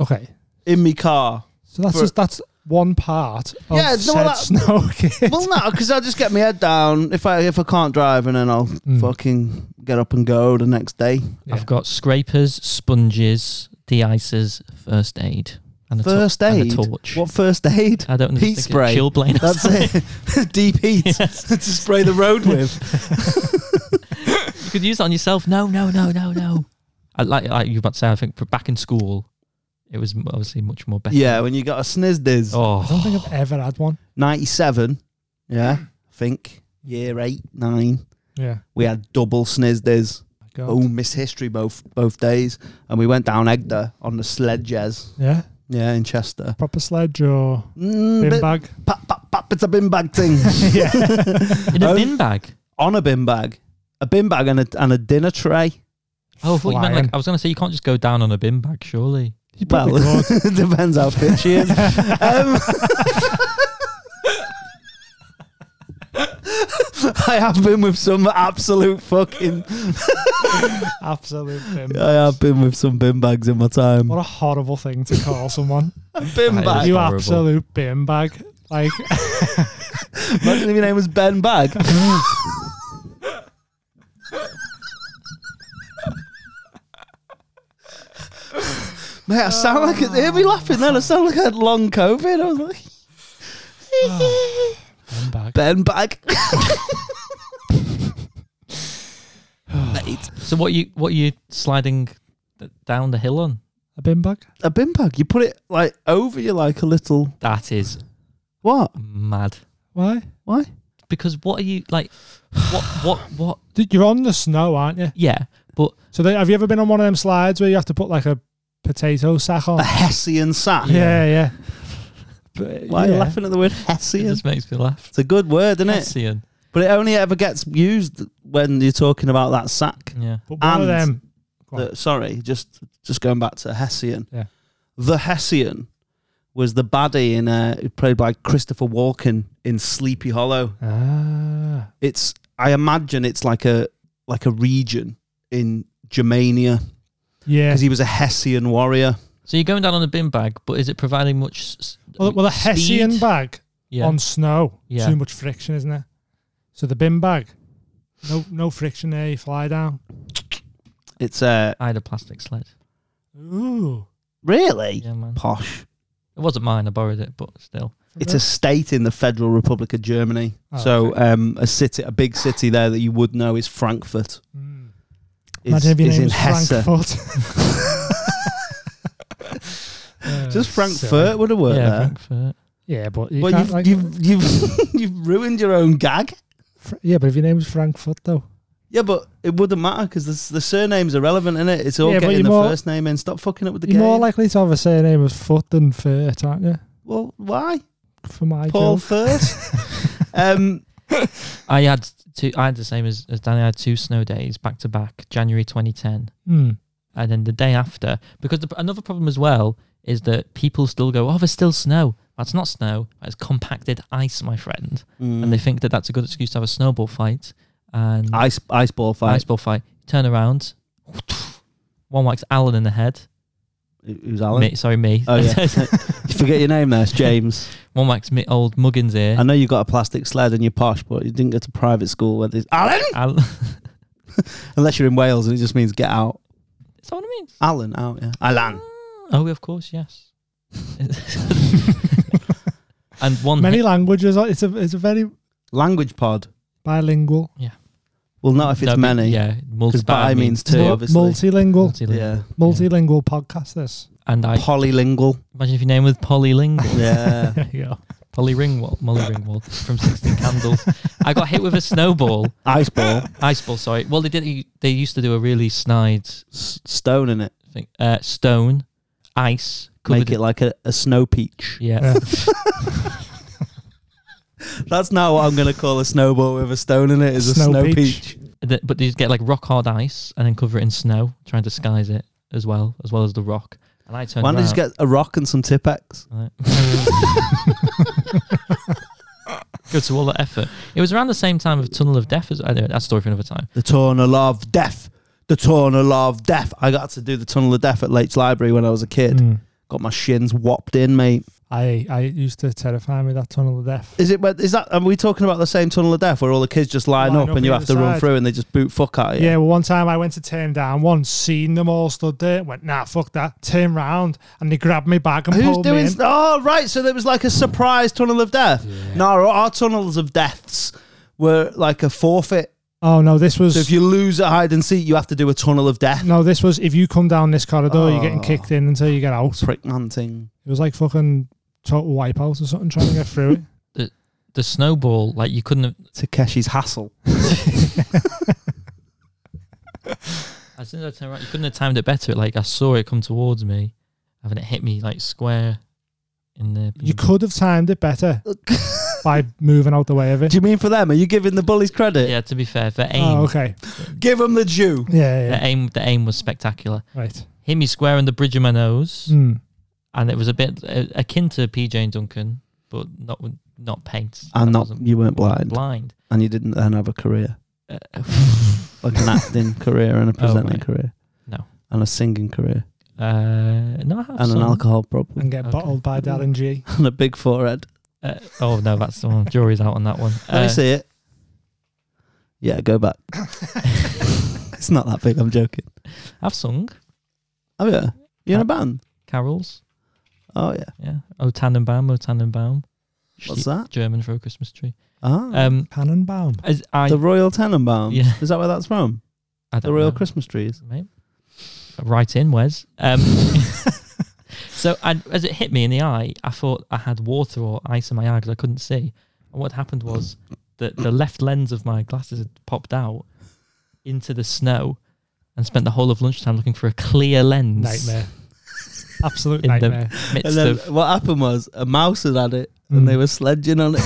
S4: okay,
S2: in my car.
S4: so that's
S2: For-
S4: just that's one part of
S2: Yeah, it's not
S4: said
S2: that-
S4: snow kit.
S2: Well, no, because I'll just get my head down if I if I can't drive, and then I'll
S4: Mm.
S2: fucking get up and go the next day.
S5: I've got scrapers, sponges, de-icers, first aid, and a, to-
S2: First
S5: and a
S2: aid.
S5: torch.
S2: What first aid?
S5: I don't know.
S2: Heat spray.
S5: Chilblain.
S2: That's it. Deep heat to spray the road with.
S5: You could use that on yourself. No, no, no, no, no. I like like you were about to say. I think for back in school, it was m- obviously much more better.
S2: Yeah, when you got a snizdiz.
S4: I don't
S5: Oh,
S4: think I've ever had one.
S2: 97, yeah, I think, year 8, 9,
S4: Yeah.
S2: we had double snizdiz.
S4: God.
S2: Oh, Miss History both both days. And we went down Egder on the sledges,
S4: Yeah.
S2: yeah, in Chester.
S4: Proper sledge or
S2: Mm,
S4: bin
S2: bit-
S4: bag.
S2: Pap, pap, pap, it's a bin bag thing.
S5: in a
S2: Oh.
S5: bin bag.
S2: on a bin bag. A bin bag and a, and a dinner tray.
S5: Oh, I thought you meant
S4: Flying.
S5: like I was gonna say you can't just go down on a bin bag, surely.
S4: You probably
S2: Well,
S4: could.
S2: it depends how fit she is. um, I have been with some absolute fucking.
S4: Absolute bin.
S2: I have been with some bin bags in my time.
S4: What a horrible thing to call someone.
S2: bin
S5: That is
S2: bag.
S4: you
S5: horrible.
S4: absolute bin bag. Like
S2: Imagine if your name was Ben Bag. Mate, I sound like it. Hear me laughing then. I sound like I had long COVID. I was like,
S4: bin bag.
S2: Ben Bag. Mate,
S5: So what you what you sliding th- down the hill on?
S4: A bin bag?
S2: a bin bag. You put it like over you, like a little
S5: That is
S2: what?
S5: mad.
S4: Why?
S2: Why?
S5: Because what are you like? What what what?
S4: Dude, You're on the snow, aren't you?
S5: Yeah, but
S4: So they, have you ever been on one of them slides where you have to put like a potato sack on?
S2: A Hessian sack.
S4: yeah, yeah. But,
S2: Why are you
S4: yeah.
S2: laughing at the word
S5: it
S2: Hessian?
S5: just makes me laugh.
S2: It's a good word, isn't it?
S5: Hessian.
S2: But it only ever gets used when you're talking about that sack.
S5: Yeah.
S4: But one
S2: And
S4: of them. Mm. Go on.
S2: The, sorry, just just going back to Hessian.
S4: Yeah.
S2: The Hessian was the baddie in uh, played by Christopher Walken in Sleepy Hollow.
S4: Ah,
S2: It's I imagine it's like a like a region in Germania
S4: yeah.
S2: because he was a Hessian warrior.
S5: So you're going down on a bin bag, but is it providing much? s-
S4: Well, well, a Hessian
S5: speed?
S4: bag
S5: Yeah.
S4: on snow.
S5: Yeah.
S4: Too much friction, isn't it? So the bin bag, no, no friction there. You fly down.
S2: It's uh
S5: I had a plastic sled.
S4: Ooh,
S2: really
S5: Yeah, man.
S2: posh.
S5: It wasn't mine. I borrowed it, but still.
S2: It's a state in the Federal Republic of Germany.
S4: Oh,
S2: so um, a city, a big city there that you would know is Frankfurt.
S4: Mm.
S2: Is,
S4: Imagine if your
S2: is
S4: name
S2: in
S4: was
S2: Hesse.
S4: Frankfurt. Uh,
S2: Just Frankfurt
S4: silly.
S2: would have worked
S5: yeah,
S2: there.
S5: Frankfurt.
S4: Yeah, but you
S2: well,
S4: can't
S2: you've,
S4: like,
S2: you've you've you've ruined your own gag.
S4: Fr- yeah, but if your name was Frankfurt though,
S2: Yeah, but it wouldn't matter because the, the surname's irrelevant, is it? It's all
S4: Yeah, but
S2: getting
S4: you're
S2: the
S4: more-
S2: first name in. Stop fucking up with the
S4: you're
S2: game.
S4: more likely to have a surname of Foot than Furt, aren't you?
S2: well, why
S4: For my
S2: Paul
S4: guilt.
S2: Third? um,
S5: I had two. I had the same as, as Danny. I had two snow days back to back, January 2010,
S4: Hmm.
S5: and then the day after. Because the, another problem as well is that people still go, "Oh, there's still snow." That's not snow. That's compacted ice, my friend. And they think that that's a good excuse to have a snowball fight and
S2: ice ice ball fight.
S5: ice ball fight. Turn around, one whacks Alan in the head.
S2: Who's Alan?
S5: Me, sorry, me.
S2: Oh yeah, you forget your name there. It's James.
S5: one whacks me, old Muggins here.
S2: I know you got a plastic sled and you're posh, but you didn't go to private school where there's Alan.
S5: Alan,
S2: Unless you're in Wales and it just means get out.
S5: is that what it means?
S2: Alan out. Yeah, Alan.
S5: Oh, of course, yes. and one
S4: Many languages. uh, It's a it's a very
S2: Language pod.
S4: bilingual,
S2: Well, not if it's
S5: No, but
S2: many.
S5: Yeah,
S2: Because
S5: multi
S2: bi means two,
S4: mul-
S2: obviously.
S4: multilingual,
S5: multi
S2: yeah.
S4: multilingual podcast. This.
S5: And I
S2: Polylingual.
S5: imagine if your name was Polylingual,
S2: Yeah.
S4: There you go.
S5: Polly Ringwald, Molly Ringwald from Sixteen Candles. I got hit with a snowball,
S2: ice ball.
S5: ice ball. Sorry. Well, they did. They used to do a really snide
S2: S- stone in it.
S5: thing. Uh, stone, ice, covered
S2: Make it like a, a snow peach.
S5: in- Yeah.
S4: Yeah.
S2: That's now what I'm going to call a snowball with a stone in it. Is a
S4: Snow
S2: snow,
S4: peach.
S2: peach.
S5: Th- but they get like rock hard ice and then cover it in snow, try and disguise it as well, as well as the rock. And I turned
S2: Why don't you just
S5: around.
S2: get a rock and some Tippex?
S5: Right. Go to all that effort. It was around the same time of Tunnel of Death as I know that story for another time.
S2: The tunnel of death. The tunnel of death. I got to do the tunnel of death at Lake's Library when I was a kid.
S4: Mm.
S2: Got my shins whopped in, mate.
S4: I I it used to terrify me that tunnel of death.
S2: Is it? Is that? Are we talking about the same tunnel of death where all the kids just line,
S4: Line
S2: up,
S4: up
S2: and you
S4: either
S2: have to run
S4: side.
S2: through and they just boot fuck at you?
S4: Yeah, well, one time I went to turn down one, seen them all stood there, went, nah, fuck that, turn round, and they grabbed me back and
S2: Who's
S4: pulled me
S2: doing?
S4: in.
S2: St- oh, right. So there was like a surprise tunnel of death. No, our tunnels of deaths were like a forfeit.
S4: Oh, no, this was.
S2: So if you lose at hide and seek, you have to do a tunnel of death.
S4: no, this was if you come down this corridor, you're
S2: Oh.
S4: getting kicked in until you get out.
S2: Prick man thing.
S4: It was like fucking total wipeout or something trying to get through it.
S5: The snowball, like you couldn't have.
S2: Takeshi's hassle.
S5: As soon as I turned around, you couldn't have timed it better. Like I saw it come towards me, having it hit me like square in the.
S4: You could have timed it better by moving out the way of it.
S2: Do you mean for them? Are you giving the bullies credit?
S5: Yeah, to be fair, for aim,
S4: Oh, okay.
S2: Give them the due.
S4: Yeah, yeah,
S5: the
S4: yeah.
S5: aim, the aim was spectacular.
S4: Right.
S5: Hit me square in the bridge of my nose,
S2: Mm.
S4: Hmm.
S5: and it was a bit uh, akin to PJ and Duncan, but not with- not paint.
S2: And
S5: That
S2: not
S5: wasn't
S2: you weren't blind,
S5: blind.
S2: and you didn't then have a career,
S5: Uh, Oh,
S2: like an acting career and a presenting
S5: right.
S2: career.
S5: No.
S2: And a singing career
S5: Uh, no, I have
S2: and an
S5: some.
S2: alcohol problem
S4: And get
S5: Okay.
S4: bottled by Darren G.
S2: and a big forehead.
S5: Uh, oh no, that's the one. Jury's out on that one.
S2: Let
S5: Uh,
S2: me see it. Yeah, go back. it's not that big. I'm joking.
S5: I've sung
S2: Oh yeah, you're in
S5: Uh,
S2: a band.
S5: carols.
S2: Oh yeah,
S5: Yeah. Oh Tannenbaum, Oh Tannenbaum.
S2: what's that?
S5: German for a Christmas tree.
S2: Ah,
S5: Um,
S4: Tannenbaum.
S5: as I,
S2: the Royal Tenenbaum.
S5: Yeah.
S2: Is that where that's from?
S5: I
S2: The
S5: don't
S2: Royal
S5: know.
S2: Christmas trees.
S5: mate. Right in, Wes. Um, so I, as it hit me in the eye, I thought I had water or ice in my eye because I couldn't see. And what happened was that the left lens of my glasses had popped out into the snow and spent the whole of lunchtime looking for a clear lens.
S4: Nightmare. Absolute
S5: In
S4: nightmare.
S5: the midst
S2: And then
S5: of
S2: what happened was a mouse had had it, and
S4: Mm.
S2: they were sledging on it.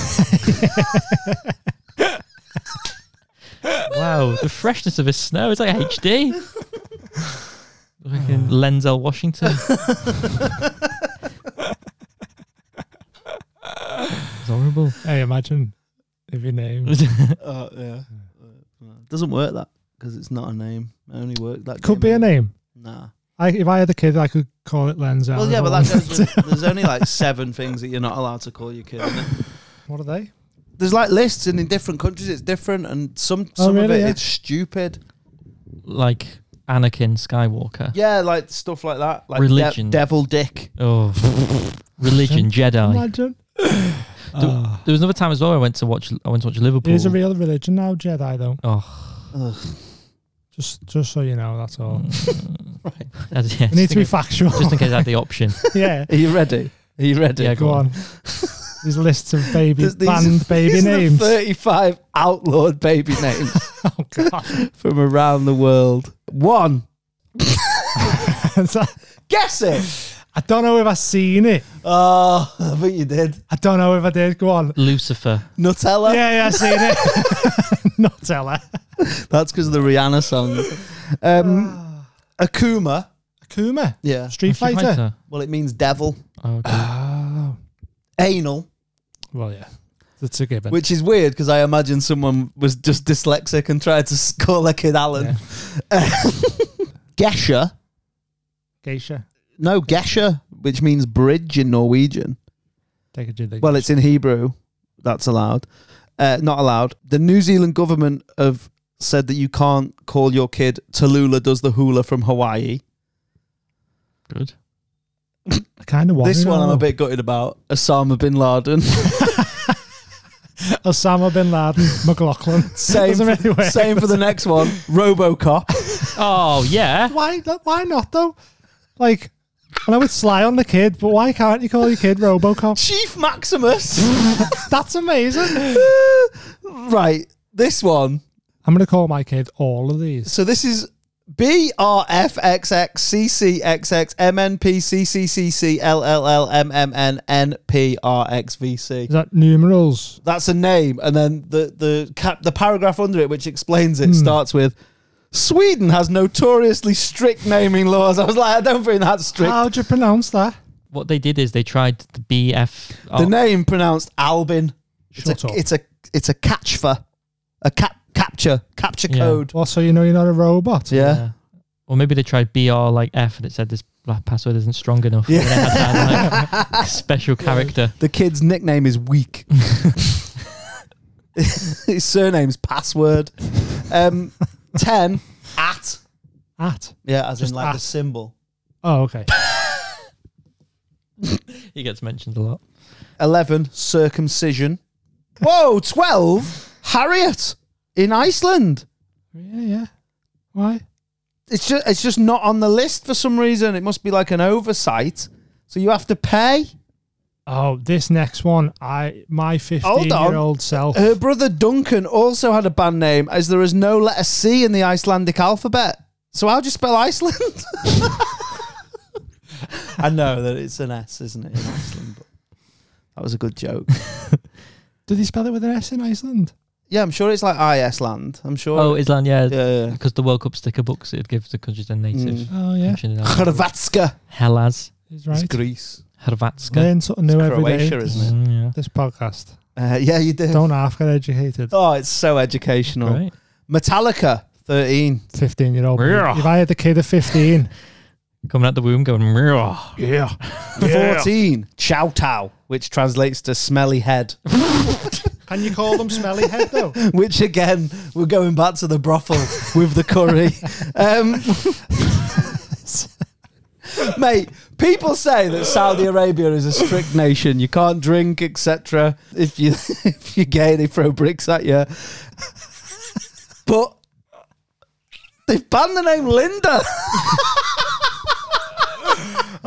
S5: Wow, the freshness of his snow. It's like HD. Fucking Lenzel Washington. it's horrible.
S4: Hey, imagine if your name.
S2: Oh yeah. Doesn't work that because it's not a name. It only worked that
S4: Could be
S2: game
S4: a name.
S2: Nah.
S4: I, if I had a kid, I could call it Lenz.
S2: Well,
S4: Allen
S2: yeah, but
S4: or-
S2: that goes with, there's only like seven things that you're not allowed to call your kid. Isn't it?
S4: What are they?
S2: There's like lists, and in different countries it's different, and some
S4: Oh,
S2: some of
S4: really?
S2: it
S4: Yeah.
S2: it's stupid.
S5: Like Anakin Skywalker.
S2: Yeah, like stuff like that, like de-
S5: Religion.
S2: devil dick.
S5: Oh, religion Jedi.
S4: Imagine. Ah.
S5: There was another time as well. I went to watch. I went to watch
S4: It
S5: Liverpool.
S4: is a real religion now, Jedi, though.
S5: oh,
S4: Just just so you know, that's all.
S5: that's- yeah,
S4: We need to be
S5: Mm. just in case-
S4: factual.
S5: Just in case I had the option.
S4: yeah,
S2: Are you ready? Are you ready?
S5: Yeah,
S4: go on. These lists of baby,
S2: These- these-
S4: banned baby
S2: These are the
S4: names.
S2: Thirty-five outlawed baby names
S4: Oh, God.
S2: from around the world. One.
S4: It's like-
S2: Guess it.
S4: I don't know if i seen it.
S2: Oh, I bet you did.
S4: I don't know if I did. Go on.
S5: Lucifer.
S2: Nutella.
S4: Yeah, yeah, I seen it. Not tell her.
S2: That's because of the Rihanna song. Um, Akuma.
S4: Akuma.
S2: Yeah.
S4: Street Fighter.
S2: Well, it means devil.
S5: Oh, okay.
S2: Ah.
S4: Oh.
S2: Anal,
S4: Well, yeah. That's a given.
S2: which is weird because I imagine someone was just dyslexic and tried to s- call their kid Alan. Gesha.
S4: Geisha.
S2: No, Gesha, which means bridge in Norwegian.
S4: Take a jig.
S2: Well, it's in Hebrew. That's allowed. Uh, not allowed. The New Zealand government have said that you can't call your kid Tallulah does the hula from Hawaii.
S5: Good.
S4: I kind of want
S2: this one I'm a bit gutted about. Osama bin Laden.
S4: Osama bin Laden, McLaughlin.
S2: Same,
S4: Doesn't really work.
S2: same for the next one. Robocop.
S5: Oh yeah.
S4: Why? Why not though? Like, I know it's sly on the kid, but why can't you call your kid RoboCop?
S2: Chief Maximus.
S4: That's amazing.
S2: right. This one.
S4: I'm gonna call my kid all of these.
S2: So this is B R F X X C C X X M N P C C C C L L L M M N N P R X V C.
S4: Is that numerals?
S2: That's a name, and then the the cap the paragraph under it, which explains
S4: Hmm.
S2: it, starts with. Sweden has notoriously strict naming laws. I was like, I don't think that's strict.
S4: How do you pronounce that?
S5: What they did is they tried the BF.
S2: the name pronounced Albin.
S4: Shut
S2: it's a,
S4: up.
S2: It's a it's a catch for a cap capture capture
S5: Yeah.
S2: code.
S4: Well, so you know you're not a robot.
S2: Yeah.
S5: Or maybe they tried BR like F and it said this black password isn't strong enough.
S2: Yeah.
S5: And it had that, like, special character.
S2: The kid's nickname is Weak. His surname's Password. Um, ten at
S4: At.
S2: yeah, as
S4: Just
S2: in like the
S4: at.
S2: symbol.
S4: Oh, okay.
S5: He gets mentioned a lot.
S2: Eleven circumcision. Whoa, twelve Harriet in Iceland.
S4: yeah, yeah. Why?
S2: It's just it's just not on the list for some reason. It must be like an oversight. So you have to pay.
S4: Oh, this next one, I my
S2: on. Uh,
S4: fifteen-year-old self.
S2: Her brother Duncan also had a band name, as there is no letter C in the Icelandic alphabet. So how do you spell Iceland? I know that it's an S, isn't it, in Iceland? But that was a good joke.
S4: Did he spell it with an S in Iceland?
S2: Yeah, I'm sure it's like Iceland. I'm sure.
S5: Oh, Island, yeah.
S2: yeah, yeah.
S5: Because the World Cup sticker books, it'd give the countries their native.
S4: Oh yeah,
S5: country name.
S2: Hrvatska.
S5: Hellas,
S4: he's
S2: It's
S4: right.
S2: Greece.
S5: Hrvatska.
S4: Learn something new
S2: It's
S4: every day.
S2: Croatia, isn't it?
S5: Mm, yeah.
S4: This podcast.
S2: Uh, yeah, you do.
S4: Don't half get educated.
S2: Oh, it's so educational.
S5: Right.
S2: Metallica, 13.
S4: Fifteen-year-old.
S5: Yeah.
S4: If I had a kid of fifteen,
S5: Coming out the womb going, "Mrrr."
S2: Yeah. 14. Chow Tao, which translates to smelly head.
S4: can you call them smelly head though?
S2: which again we're going back to the brothel with the curry um, mate people say that saudi arabia is a strict nation you can't drink etc if you if you're gay they throw bricks at you but they've banned the name linda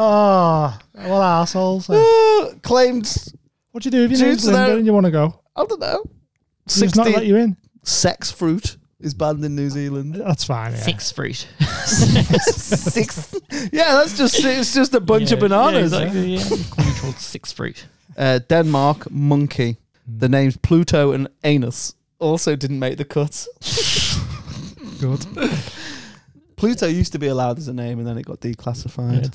S2: Ah.
S4: Oh, what assholes! What
S2: claimed
S4: do you do if you
S2: Dude's
S4: name's Linda
S2: there.
S4: and you want to go?
S2: i don't know
S4: They Just not let
S2: 16
S4: you in.
S2: sex fruit is banned in new zealand
S4: That's fine. Yeah.
S5: Six fruit.
S2: six. Yeah, that's just it's just a bunch of
S5: Yeah,
S2: bananas.
S5: Yeah, exactly, yeah. Country called six fruit.
S2: uh, Denmark monkey. The names Pluto and Anus also didn't make the cut.
S4: Good.
S2: Pluto used to be allowed as a name, and then it got declassified.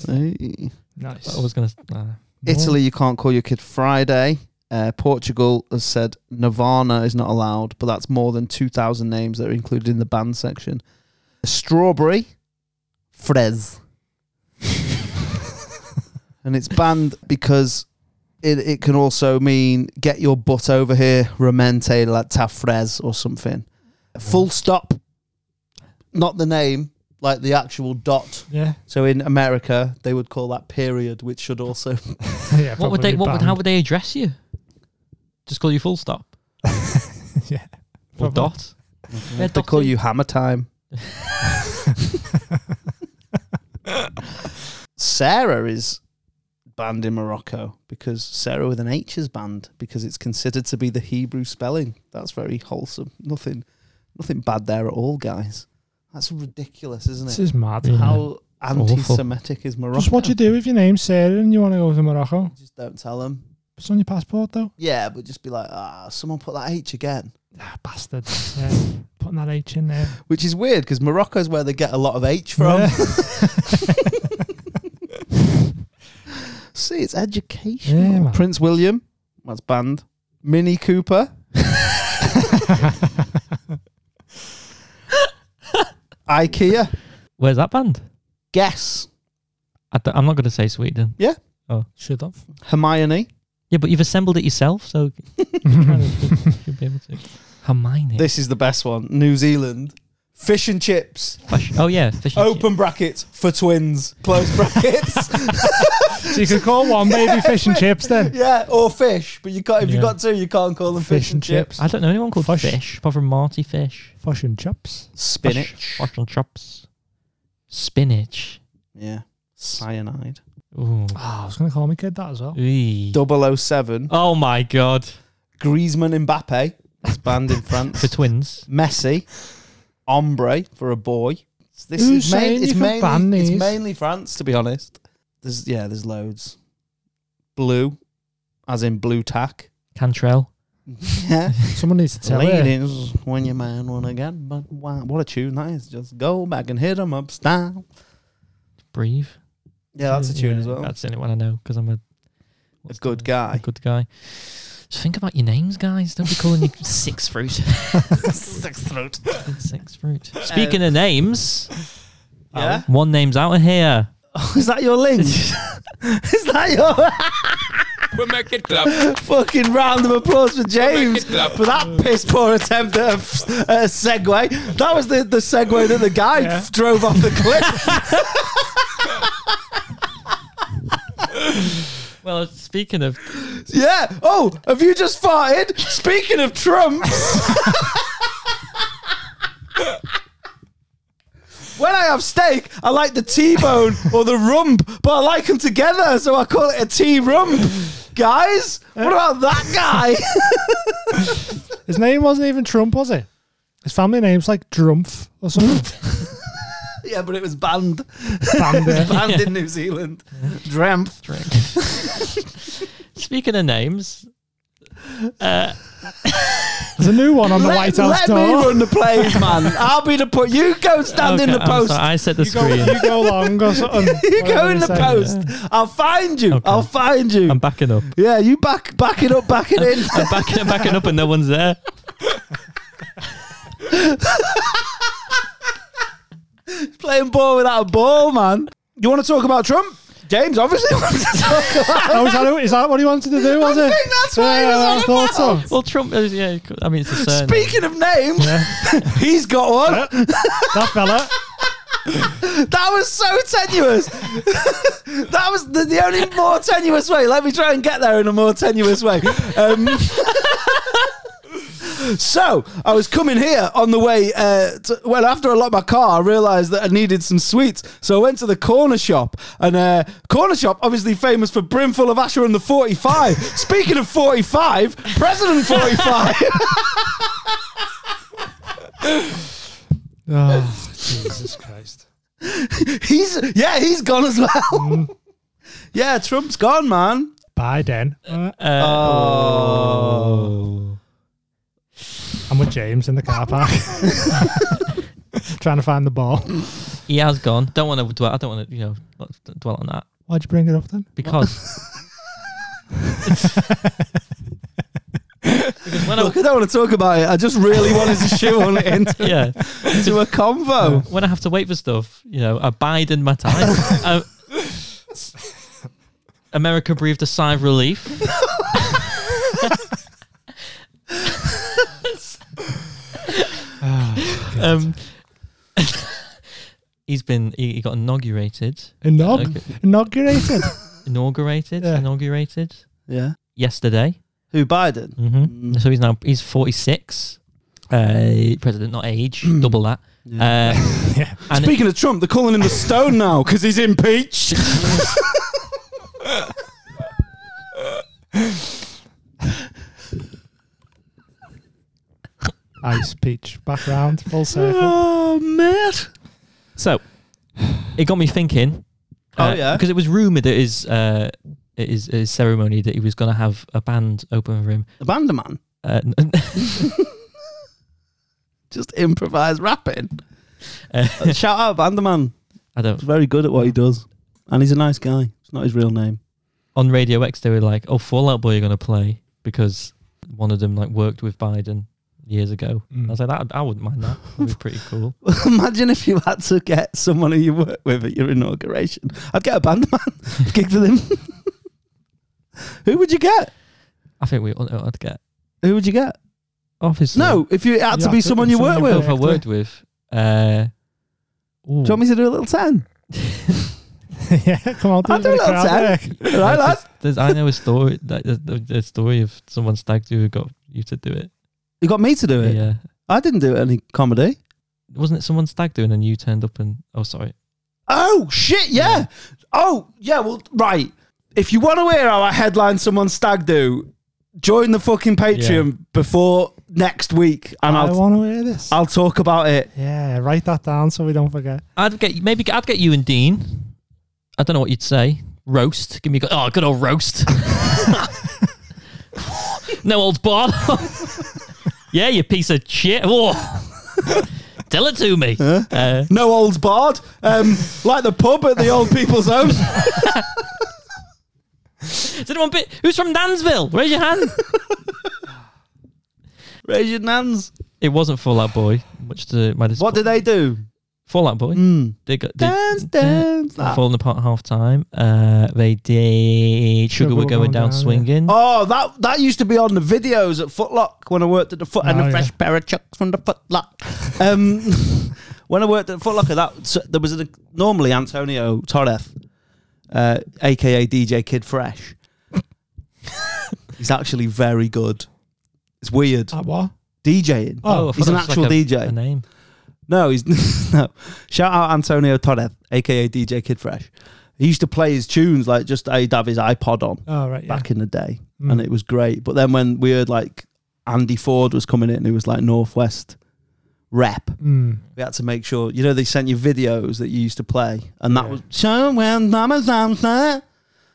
S2: Eh.
S4: Nice.
S5: I was going to. Uh,
S2: Italy, you can't call your kid Friday. Uh, Portugal has said Nirvana is not allowed, but that's more than two thousand names that are included in the banned section. Strawberry, Frez, and it's banned because it, it can also mean get your butt over here, remente la ta frez or something. Full stop, not the name, like the actual dot.
S4: Yeah.
S2: So in America, they would call that period, which should also
S4: yeah
S5: what would they? What would, how would they address you? Just call you full stop
S4: yeah.
S5: or
S4: Probably.
S5: dot. Yeah,
S2: they
S5: dot
S2: call
S5: it.
S2: you hammer time. Sarah is banned in Morocco because Sarah with an H is banned because it's considered to be the Hebrew spelling. That's very wholesome. Nothing, nothing bad there at all, guys. That's ridiculous,
S4: This
S2: isn't it?
S4: is mad.
S5: Yeah.
S2: How
S5: awful.
S2: anti-Semitic is Morocco?
S4: Just what you do if your name's Sarah and you want to go to Morocco.
S2: Just don't tell them.
S4: It's on your passport though.
S2: Yeah, but just be like, ah, someone put that H again.
S4: Ah, bastard. Yeah. Putting that H in there.
S2: which is weird because Morocco's where they get a lot of H from. See, it's
S4: Yeah,
S2: educational.
S4: man.
S2: Prince William, that's banned. Mini Cooper. IKEA.
S5: Where's that band?
S2: Guess.
S5: I d- I'm not going to say Sweden.
S2: Yeah.
S5: Oh, shut up.
S2: Hermione.
S5: Yeah, but you've assembled it yourself, so you kind of should- should be able to. Hermione.
S2: This is the best one. New Zealand. Fish and chips.
S5: Fish- oh yeah, fish and
S2: Open brackets for twins. Close brackets.
S4: So you could call one baby fish and chips then.
S2: yeah, or fish. But you can't. If you
S5: Yeah.
S2: got two, you can't call them fish, and chips.
S5: chips. I don't know anyone called
S4: Fish.
S5: fish, apart from Marty Fish.
S4: Fish and chips.
S5: Fish, fish and chops. Spinach.
S2: Yeah. Cyanide.
S5: Ooh.
S2: Ah.
S4: Oh, I was going to call my kid that as well.
S5: Eee.
S2: 007.
S5: Oh my god.
S2: Griezmann Mbappe. It's banned in France.
S5: For twins.
S2: Messi. Ombre for a boy. This
S4: Who's
S2: is main-
S4: saying
S2: it's
S4: you can
S2: mainly,
S4: ban these?
S2: It's mainly France, to be honest. There's yeah, there's loads. Blue, as in blue tack.
S5: Cantrell.
S2: Yeah,
S4: Someone needs to tell her.
S2: ladies, when your man wanna get but why? What a tune that is! Just go back and hit 'em up style.
S5: Breathe.
S2: Yeah, that's a tune as well.
S5: That's the only one I know because I'm a,
S2: a good
S5: a
S2: guy.
S5: good guy. Just think about your names, guys. Don't be calling you six fruit.
S2: Six throat.
S5: six fruit. Speaking of names,
S2: Yeah,
S5: one name's out of here.
S2: is that your link? is that your
S6: We make it clap.
S2: fucking round of applause for James
S6: Make it clap.
S2: for that piss poor attempt at a, f- at a segue? That was the the segue that the guy f- drove off the cliff.
S5: Well, speaking of,
S2: Yeah. Oh, have you just farted? Speaking of Trumps. When I have steak, I like the T-bone or the rump, but I like them together, so I call it a T-rump. Guys, what about that guy?
S4: His name wasn't even Trump, was it? His family name's like Drumpf or something.
S2: yeah, but it was banned.
S4: Banda.
S2: Banned in New Zealand. Dramp.
S5: speaking of names,
S4: There's a new one on the
S2: Let,
S4: White
S2: let
S4: House
S2: me
S4: door.
S2: run the plays, man. I'll be the put. You go stand in
S5: Okay,
S2: the
S5: I'm
S2: post.
S5: sorry, I set the
S4: You go,
S5: screen.
S4: you go long or something.
S2: You go
S4: Whatever
S2: in
S4: you
S2: the
S4: say.
S2: post. I'll find you.
S5: Okay.
S2: I'll find you.
S5: I'm backing up.
S2: Yeah, you back back it up, back it in.
S5: I'm backing, I'm backing up, and no one's there.
S2: Playing ball without a ball, man. You want to talk about Trump? James obviously wants to talk about
S4: Oh, is that, is that what he wanted to do, was
S2: I
S4: it?
S2: think that's what he was
S4: I
S2: on
S4: thought so.
S5: Well, Trump. is- Yeah, I mean, it's a certain.
S2: Speaking of names, he's got one.
S4: That fella.
S2: That was so tenuous. that was the, the only more tenuous way. Let me try and get there in a more tenuous way. Um, so I was coming here on the way. Uh, to, well, after I locked my car, I realised that I needed some sweets, so I went to the corner shop. And uh, corner shop, obviously famous for brimful of Asher and the Forty Five. Speaking of Forty Five, President Forty Five.
S4: Oh, Jesus Christ.
S2: he's yeah, he's gone as well. yeah, Trump's gone, man.
S4: Biden. Uh,
S5: oh.
S4: I'm with James in the car park. Trying to find the ball.
S5: He has gone. Don't want to dwell. I don't want to, you know, not dwell on that
S4: Why'd you bring it up then?
S5: because. because when I
S2: Look, I don't want to talk about it. I just really wanted to shoehorn it into,
S5: yeah,
S2: into a convo.
S5: when I have to wait for stuff, you know, I bide in my time. um, America breathed a sigh of relief. um, he's been he, he got inaugurated,
S4: Inog-
S5: Okay.
S4: inaugurated.
S5: inaugurated,
S4: Yeah.
S5: inaugurated
S2: Yeah.
S5: yesterday.
S2: Who Biden?
S5: hmm
S2: Mm.
S5: So he's now he's forty six. Uh, president, not age,
S2: Mm.
S5: double that. Uh,
S4: Yeah.
S5: and
S2: Speaking of Trump, they're calling him the Stone now because he's impeached.
S4: Ice peach. Back round. Full circle.
S2: oh, mate.
S5: So it got me thinking.
S2: Oh, yeah?
S5: because it was rumored at his uh, at his, at his ceremony that he was going to have a band open for him.
S2: The Banderman.
S5: Uh, n-
S2: Just improvised rapping. Uh, Shout out Banderman.
S5: I don't.
S2: He's very good at what he does. And he's a nice guy. It's not his real name.
S5: On Radio X, they were like, "Oh, Fallout Boy are going to play because one of them like worked with Biden years ago." I was like, that, "I wouldn't mind that. That'd be pretty cool."
S2: Imagine if you had to get someone who you work with at your inauguration. I'd get a Banderman. I'd gig with him. who would you get?
S5: I think we all know what I'd get.
S2: Who would you get?
S5: Obviously,
S2: No, if you had
S4: You
S2: to
S4: have
S2: be
S4: to-
S2: someone you work
S4: someone you
S2: with.
S5: If I worked with, uh,
S2: Do you want me to do a little 10?
S4: yeah, come on.
S2: I'll do
S4: Do
S2: a
S4: a bit of
S2: little
S4: crowd
S2: 10.
S4: work.
S2: All right, lad.
S5: there's, I know a story. Like, there's- there's a story of someone snagged you who got you to do it.
S2: You got me to do it.
S5: Yeah.
S2: I didn't do any comedy.
S5: wasn't it someone stag doing and you turned up and oh sorry
S2: Oh, shit, yeah. Oh, yeah, well, right. If you want to hear how I headline someone stag do, join the fucking Patreon before next week, and
S4: I
S2: I'll
S4: want to hear this.
S2: I'll talk about it.
S4: yeah, write that down so we don't forget.
S5: I'd get maybe I'd get you and Dean. I don't know what you'd say. Roast. Give me a go- oh, good old roast. no old bar. yeah, you piece of shit. Oh. Tell it to me. Uh,
S2: No old barred, um, like the pub at the old people's home.
S5: is anyone bit? Who's from Dansville? Raise your hand.
S2: Raise your nans.
S5: it wasn't Fallout Boy, much to my disappointment.
S2: What do they do?
S5: Fallout Boy.
S2: Mm.
S5: They got they,
S2: Dance, dance. Ah.
S5: they've fallen apart at half time. Uh, they did. Sugar,
S4: Sugar
S5: were going down,
S4: yeah.
S5: swinging.
S2: Oh, that that used to be on the videos at Footlock when I worked at the Foot and
S4: Oh,
S2: a
S4: yeah.
S2: fresh pair of chucks from the Footlock. um, when I worked at Footlocker, that so there was a, normally Antonio Torres, uh, aka DJ Kid Fresh. He's actually very good. It's weird
S4: At what?
S2: DJing.
S5: Oh, I
S2: he's
S5: thought
S2: an
S5: it was
S2: actual
S5: like a-
S2: DJ.
S5: A name.
S2: No, he's no. Shout out Antonio Torres, aka DJ Kid Fresh. He used to play his tunes like just he'd have his iPod on
S4: Oh, right. Yeah.
S2: back in the day,
S5: Hmm.
S4: Mm.
S2: and it was great. But then when we heard like Andy Ford was coming in, who was like Northwest rep,
S4: Mm.
S2: we had to make sure. You know, they sent you videos that you used to play, and that was so when mama's arms there,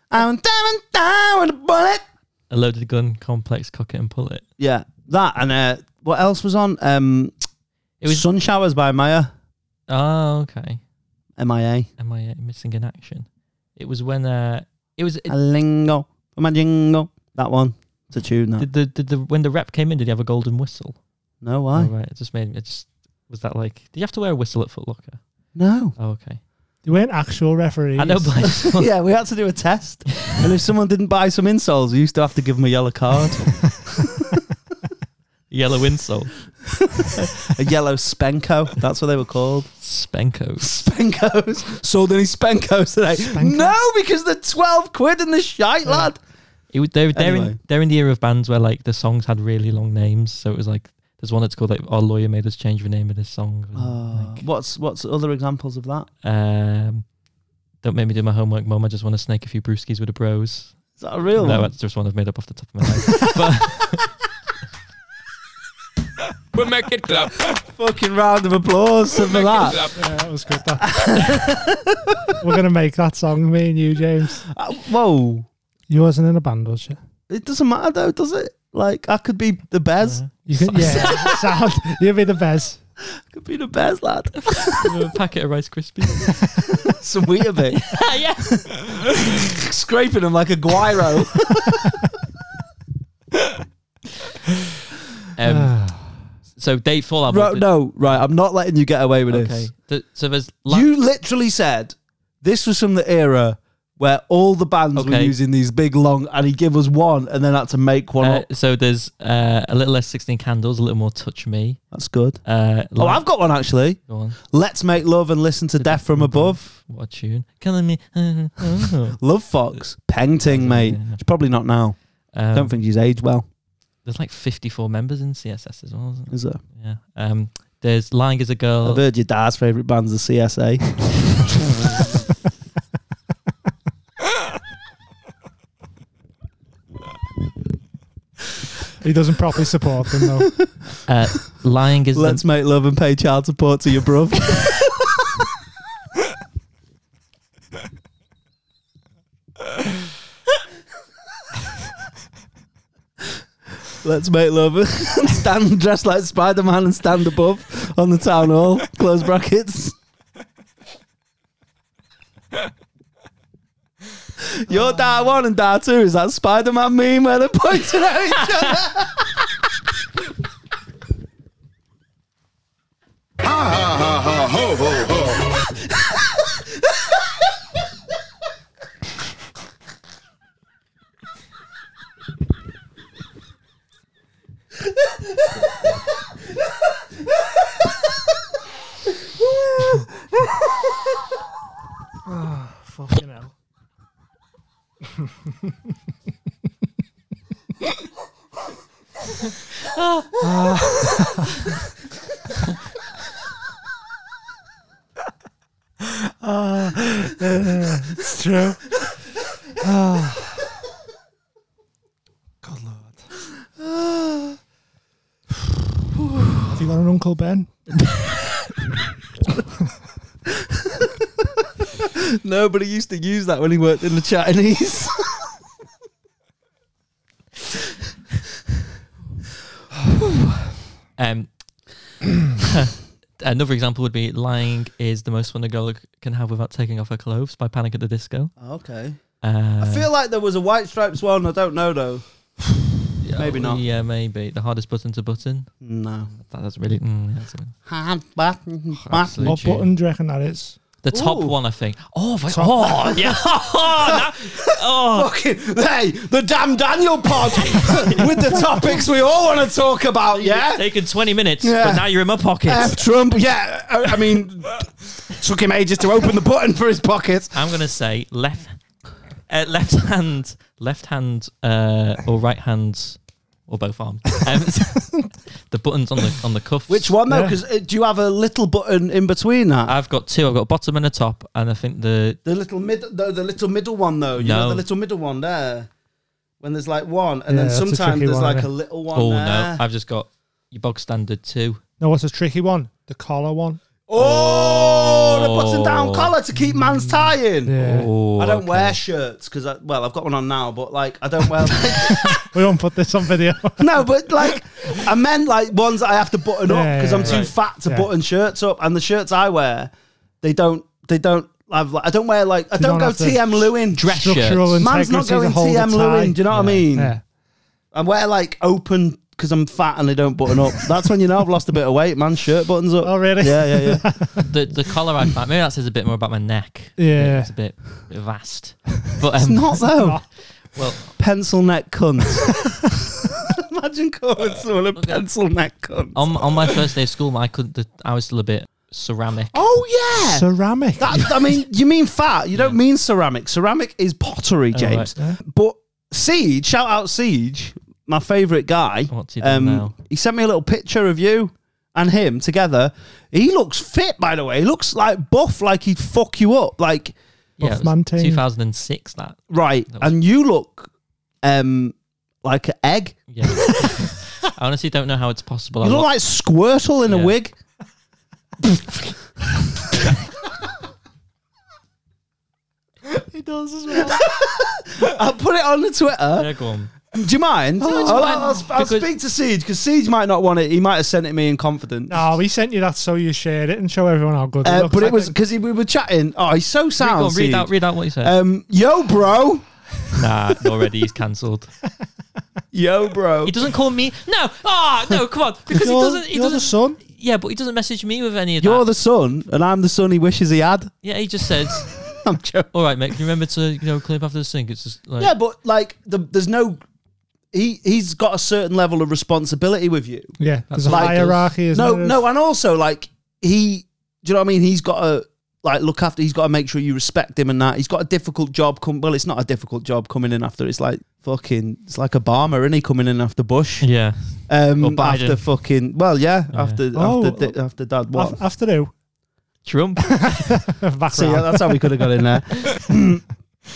S2: I'm down and down with a bullet.
S5: A loaded gun, complex, cock it and pull it.
S2: Yeah, that and uh, what else was on? Um,
S5: It was.
S2: Sun Showers by Maya,
S5: oh, okay.
S2: M.I.A.
S5: Am I uh, missing in action? It was when uh, it was it,
S2: A lingo, for my jingle. That one. It's a tune. That.
S5: did the, did the when the rep came in. Did he have a golden whistle?
S2: No,
S5: Oh,
S2: why?
S5: right, it just made me. It just was that like. Did you have to wear a whistle at Foot Locker?
S2: No.
S5: Oh, okay.
S4: They weren't actual referees.
S5: I know, but I just-
S2: yeah, we had to do a test, and if someone didn't buy some insoles, we used to have to give them a yellow card,
S5: yellow insole,
S2: a yellow spenko. That's what they were called.
S5: Spenko.
S2: Spenkos. Sold any spenkos today? No, because they're twelve quid in the shite, lad.
S5: It was, they're, they're,
S2: Anyway.
S5: in, they're in the era of bands where like the songs had really long names. So it was like there's one that's called like our lawyer made us change the name of this song. and,
S2: Uh,
S5: like,
S2: what's what's other examples of that?
S5: um, don't make me do my homework, mum. I just want to snake a few brewskis with the bros.
S2: Is that a real
S5: No,
S2: one?
S5: that's just one I've made up off the top of my head. but
S6: We make it clap.
S2: Fucking round of applause for that.
S6: Clap.
S4: Yeah, that was good. That. We're going to make that song, me and you, James.
S2: Uh, whoa,
S4: You wasn't in a band, was you?
S2: it doesn't matter though, does it? Like I could be the best.
S4: You can, yeah, sound. You'd be the best.
S2: Could be the best lad.
S5: a packet of Rice Krispies.
S2: Some wheat of it.
S5: yeah.
S2: scraping them like a guiro.
S5: Um, so they fall out.
S2: right, no, right. I'm not letting you get away with
S5: Okay.
S2: this.
S5: Th- so there's la-
S2: You literally said this was from the era where all the bands were
S5: Okay.
S2: using these big long, and he gave us one, and then had to make one
S5: uh,
S2: up.
S5: so there's uh, a little less 16 candles, a little more touch me.
S2: That's good.
S5: Uh,
S2: Oh,
S5: La-
S2: I've got one actually.
S5: Go on.
S2: Let's make love and listen to death from above.
S5: What a tune. Killing me. oh.
S2: Love Fox, painting, mate.
S5: Yeah.
S2: She's probably not now.
S5: Um,
S2: Don't think she's aged well,
S5: There's like 54 members in CSS as well, isn't there?
S2: is there?
S5: Yeah. Um, there's Lying as a Girl.
S2: I've heard your dad's favourite band's the CSA.
S4: He doesn't properly support them though.
S5: Uh, lying is
S2: Let's
S5: the,
S2: make love and pay child support to your brother. Let's make love and stand dressed like Spider Man and stand above on the town hall. Close brackets. Your dad one and dad two is that Spider Man meme where they're pointing at each other.
S7: Ho, ho, ho.
S4: Fucking hell. it's true. Good lord. on an Uncle Ben.
S2: Nobody used to use that when he worked in the Chinese.
S5: Um, another example would be lying is the most fun a girl can have without taking off her clothes by Panic at the Disco.
S2: okay.
S5: Uh,
S2: I feel like there was a White Stripes one. I don't know though. maybe not.
S5: Yeah, maybe the hardest button to button.
S2: No.
S5: That doesn't really. Mm, that's a-
S4: Oh. What
S5: Luigi.
S4: button do you reckon that is?
S5: the top
S2: Ooh.
S5: one, I think. Oh, if I- oh yeah. Oh, that- oh,
S2: Fucking hey, the damn Daniel pod with the topics we all want to talk about. Yeah.
S5: taken twenty minutes,
S2: Yeah.
S5: but now you're in my pocket.
S2: F Trump. Yeah. I, I mean, took him ages to open the button for his pocket.
S5: I'm gonna say left, uh, left hand, left hand, uh, or right hand, or both arms. Um, the buttons on the on the cuffs.
S2: Which one though?
S4: Yeah. Uh,
S2: Because do you have a little button in between that?
S5: I've got two. I've got a bottom and a top, and I think the
S2: the little mid, the, the little middle one though. You
S5: No.
S2: know the little middle one there. When there's like one, and then
S4: Yeah, that's a
S2: sometimes
S4: tricky
S2: there's
S4: one,
S2: like
S4: isn't
S2: a
S4: it?
S2: little one.
S5: oh no,
S2: there.
S5: I've just got your bog standard two.
S4: No, what's a tricky one? The collar one.
S2: Oh,
S5: Oh.
S2: the button down collar to keep man's tie in.
S4: Yeah.
S5: Oh,
S2: I don't
S5: okay.
S2: wear shirts because, I, well, I've got one on now, but like, I don't wear.
S4: We won't put this on video.
S2: no, but like, I meant like ones that I have to button up
S4: Yeah,
S2: because I'm
S4: yeah,
S2: too
S5: right.
S2: fat to
S4: Yeah.
S2: button shirts up, and the shirts I wear, they don't, they don't have. Like, I don't wear like, I
S4: You
S2: don't,
S4: don't
S2: go
S4: have to-
S2: TM Lewin.
S5: dress
S4: Structural
S5: shirts.
S4: and-
S2: Man's not
S4: Integrity
S2: going
S4: to hold
S2: TM
S4: the tie.
S2: Lewin. Do you know what I mean?
S4: yeah.
S2: I wear like open because I'm fat and they don't button up. That's when you know I've lost a bit of weight. Man's shirt buttons up.
S4: Oh, really?
S2: Yeah, yeah, yeah.
S5: The the collar I find maybe that says a bit more about my neck.
S4: Yeah.
S5: it's a bit, bit vast. But um,
S2: It's not though.
S5: well,
S2: pencil neck cunt. Imagine calling someone a
S5: at-
S2: pencil neck cunt.
S5: on on my first day of school, I couldn't. The, I was still a bit ceramic.
S2: oh yeah.
S4: Ceramic.
S2: that, I mean, you mean fat. You don't mean ceramic. Ceramic is pottery,
S5: Oh, right.
S2: James. But Siege, shout out Siege, my favourite guy. Um,
S5: What's he done now?
S2: He sent me a little picture of you and him together. He looks fit, by the way. He looks like buff, like he'd fuck you up. Like
S5: Yeah, it was
S4: Buffman team.
S5: 2006. That
S2: right,
S5: That was-
S2: and you look um like an egg.
S5: yeah. I honestly don't know how it's possible. I
S2: You look
S5: lo-
S2: like Squirtle in a
S5: Yeah.
S2: wig.
S5: he does as well.
S2: I'll put it on the Twitter.
S5: Yeah, go on.
S2: Do you mind? I'll,
S5: fine.
S2: I'll, I'll sp- I'll
S5: Because-
S2: speak to Siege because Siege might not want it. He might have sent it me in confidence.
S4: No, we sent you that so you shared it and show everyone how good it
S2: Uh,
S4: looks.
S2: but
S4: I
S2: it was
S4: think.
S2: because we were chatting. Oh, he's so
S5: Go
S2: sound.
S5: on, read
S2: Siege.
S5: out, read out what you said.
S2: Um, yo, bro.
S5: nah, already he's cancelled.
S2: Yo, bro.
S5: He doesn't call me. No, ah, no, come on, because he
S4: You're-
S5: doesn't. He
S4: you're the
S5: doesn't. Ah.
S4: son.
S5: yeah, but he doesn't message me with any of
S2: You're
S5: that.
S2: the son, and I'm the son he wishes he had.
S5: yeah, he just says,
S2: I'm joking.
S5: "All right, mate, can you remember to you know clip after the sink?" It's just like
S2: Yeah, but like, the, there's no. He he's got a certain level of responsibility with you.
S4: Yeah, there's a
S2: like-
S4: hierarchy. Isn't
S2: No,
S4: there?
S2: no, and also like he, do you know what I mean? He's got to like look after. He's got to make sure you respect him and that. He's got a difficult job. Come well, it's not a difficult job coming in after. It's like fucking. It's like Obama, isn't he? Coming in after Bush,
S5: yeah. Or
S2: um,
S5: Biden.
S2: after fucking. Well, yeah,
S5: Yeah.
S2: after
S4: Oh.
S2: after di- after dad. What?
S4: Af- After who?
S5: Trump.
S4: Back
S2: See, uh,
S4: round.
S2: that's how we could have got in there.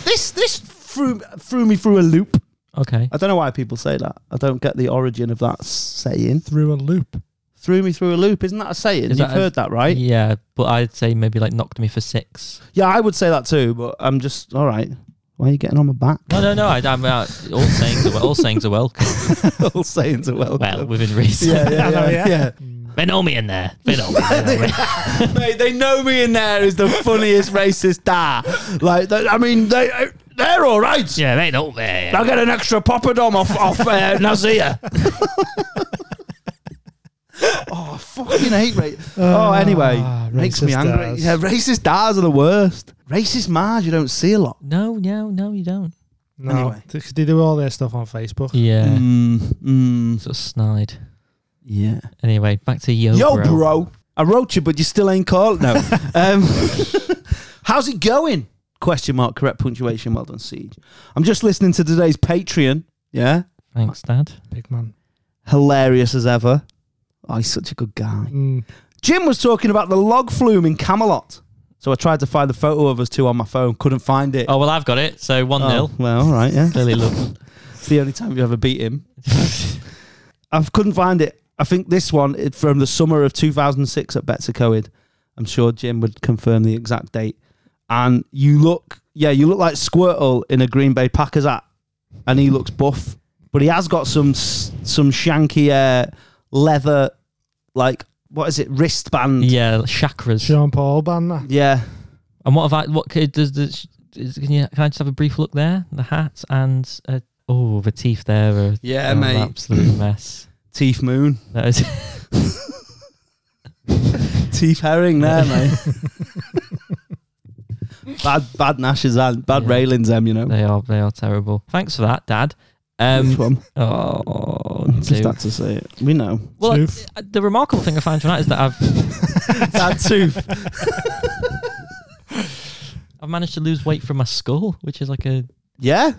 S2: this this threw threw me through a loop.
S5: Okay.
S2: I don't know why people say that. I don't get the origin of that saying.
S4: Through a loop.
S2: Threw me through a loop. Isn't that a saying?
S5: Is
S2: You've
S5: that a-
S2: heard that, right?
S5: Yeah, but I'd say maybe like knocked me for six.
S2: Yeah, I would say that too, but I'm just all right. Why are you getting on my back?
S5: No, no, no. I, I'm uh, all sayings are well, all sayings are welcome.
S2: All sayings are welcome.
S5: Well, within reason.
S2: yeah, yeah, yeah,
S4: Oh, yeah?
S2: yeah.
S5: Mm. They know me in there. They know me. They know me.
S2: Mate, they know me in there is the funniest racist da. Like, they, I mean, they they're all right.
S5: yeah, they know me.
S2: I'll get an extra poppadom off off uh, Nazir. oh, I fucking hate rape. oh, anyway,
S4: Ah,
S2: makes me
S4: racist
S2: angry.
S4: dads.
S2: Yeah, racist dads are the worst. Racist Mars, you don't see a lot.
S5: No, no, no, you don't.
S4: No,
S2: Anyway.
S4: because they do all their stuff on Facebook.
S5: Yeah,
S2: Mm, mm,
S5: sort of snide.
S2: yeah.
S5: Anyway, back to yo,
S2: Yo,
S5: bro.
S2: bro. I wrote you, but you still ain't called. No. um, how's it going? Question mark. Correct punctuation. Well done, Siege. I'm just listening to today's Patreon. Yeah,
S5: Thanks, Dad.
S4: Big man.
S2: hilarious as ever. Oh, he's such a good guy.
S4: Mm.
S2: Jim was talking about the log flume in Camelot. So I tried to find the photo of us two on my phone, couldn't find it.
S5: Oh well, I've got it. So one
S2: Oh,
S5: nil.
S2: Well, all right, yeah.
S5: Clearly, look.
S2: It's the only time you ever beat him. I couldn't find it. I think this one it, from the summer of 2006 at Betzer Coed. I'm sure Jim would confirm the exact date. And you look, yeah, you look like Squirtle in a Green Bay Packers hat, and he looks buff, but he has got some s- some shanky uh, leather, like what is it, wristband?
S5: Yeah, chakras.
S4: Sean Paul band that.
S2: yeah.
S5: And what have I? What could, does the? Is, can you? Can I just have a brief look there? The hat and uh, oh, the teeth there. Are,
S2: Yeah,
S5: are an
S2: mate.
S5: absolute mess.
S2: Teeth Moon,
S5: That is,
S2: Teeth Herring, there, mate. bad, bad Nash's and bad
S5: Yeah.
S2: railings, them, you know.
S5: they are. They are terrible. Thanks for that, Dad. Um.
S2: Which one?
S5: Oh,
S2: Just
S5: dude.
S2: had to say it. We know.
S5: well, I-
S4: Tooth.
S5: I- the remarkable thing I find from that is that I've
S2: That tooth.
S5: I've managed to lose weight from my skull, which is like a
S2: Yeah,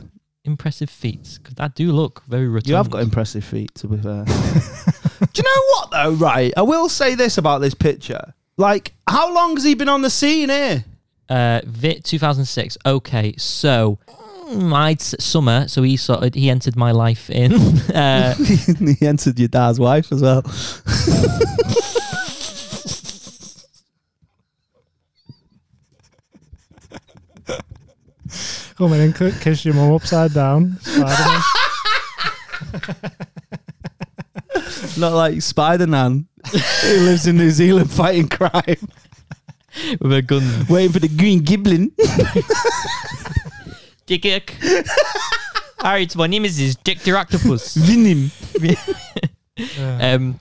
S5: impressive feat because I do look very rotund.
S2: you have got impressive feet, to be fair. Do you know what, though, right? I will say this about this picture. Like, how long has he been on the scene here?
S5: Uh, Vit 2006. Okay, so mm, I'd s- summer. So he sort of, he entered my life in. Uh,
S2: he entered your dad's wife as well.
S4: Come in and c- kiss your mum upside down. Spider-Man.
S2: Not like Spider Man, who lives in New Zealand fighting crime,
S5: with a gun.
S2: waiting for the green giblin.
S5: Dick Ick. Alright, my name is is Dick the Octopus.
S2: Vinim.
S5: Um,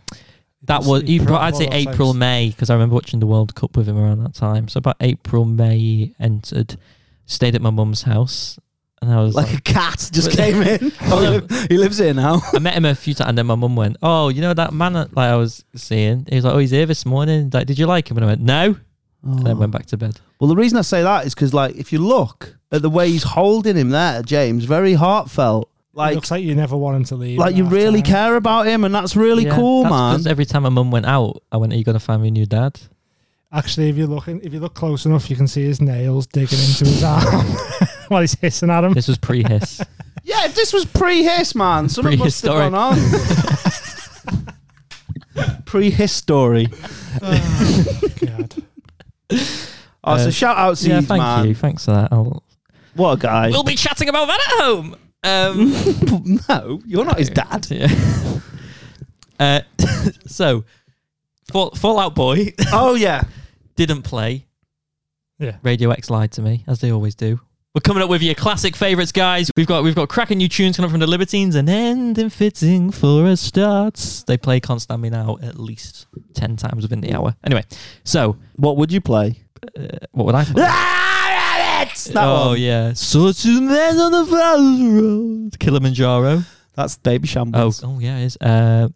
S5: that
S4: It's
S5: was
S4: a
S5: April.
S4: pro-
S5: I'd say
S4: one of those
S5: April,
S4: times.
S5: May, because I remember watching the World Cup with him around that time. So about April, May, he entered, stayed at my mum's house, and I was like,
S2: Like a cat just came in. Oh, he li- he lives here now.
S5: I met him a few times, and then my mum went, "Oh, you know that man that like, I was seeing? He was like, oh, he's here this morning. Like, did you like him?" And I went, "No," and then went back to bed.
S2: Well, the reason I say that is because, like, if you look at the way he's holding him there, James, very heartfelt.
S4: It
S2: Like,
S4: looks like you never want him to leave.
S2: like you
S4: half
S2: really
S4: time.
S2: care about him, and that's really
S5: Yeah,
S2: cool,
S5: that's
S2: man.
S5: 'cause Every time my mum went out, I went, "Are you gonna find me a new dad?"
S4: Actually, if you look in, if you look close enough, you can see his nails digging into his arm while he's hissing at him.
S5: This was pre-hiss.
S2: Yeah, if this was pre-hiss, man, something must have
S5: Prehistoric.
S2: gone on. Prehistory.
S4: God.
S2: Oh, so
S5: Uh,
S2: shout out to
S5: yeah,
S2: you,
S5: thank
S2: man.
S5: you, thanks for that. I'll,
S2: What a guy.
S5: we'll be chatting about that at home. Um,
S2: no, you're not his dad.
S5: yeah. uh, so, Fall, Fallout Boy
S2: Oh yeah,
S5: didn't play.
S4: Yeah.
S5: Radio X lied to me, as they always do. We're coming up with your classic favourites, guys. We've got we've got cracking new tunes coming up from the Libertines and ending fitting for a start. They play Can't Stand Me Now at least ten times within the hour. Anyway, so
S2: what would you play?
S5: Uh, what would I play?
S2: Ah, rabbits! Ah, That
S5: oh
S2: one.
S5: yeah, such a man on the Valley road, Kilimanjaro.
S2: That's Baby
S5: Oh,
S2: Shambles.
S5: oh yeah, it is uh,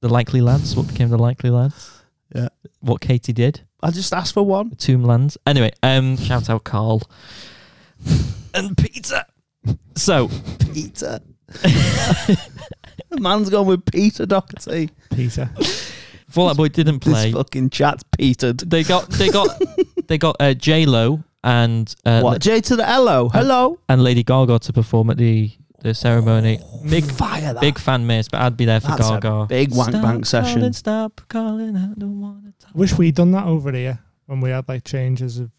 S5: the Likely Lads. What became the Likely Lads?
S2: Yeah.
S5: What Katie did.
S2: I just asked for one.
S5: Tomblands. Anyway, um, shout out Carl and Peter. So
S2: Peter. the man's gone with Peter Doherty.
S4: Peter.
S5: Fallout Boy didn't
S2: This
S5: play.
S2: fucking chat's petered.
S5: They got they got they got uh, J Lo and uh,
S2: What? J to the L-O. Hello.
S5: and Lady Gaga to perform at the the ceremony. Big
S2: Fire Oh, that.
S5: big fan miss, but I'd be there for
S2: That's a
S5: Gaga.
S2: big wank
S5: Stop
S2: bank session.
S5: calling, Stop calling, I don't wanna talk.
S4: Wish we'd done that over here when we had like changes of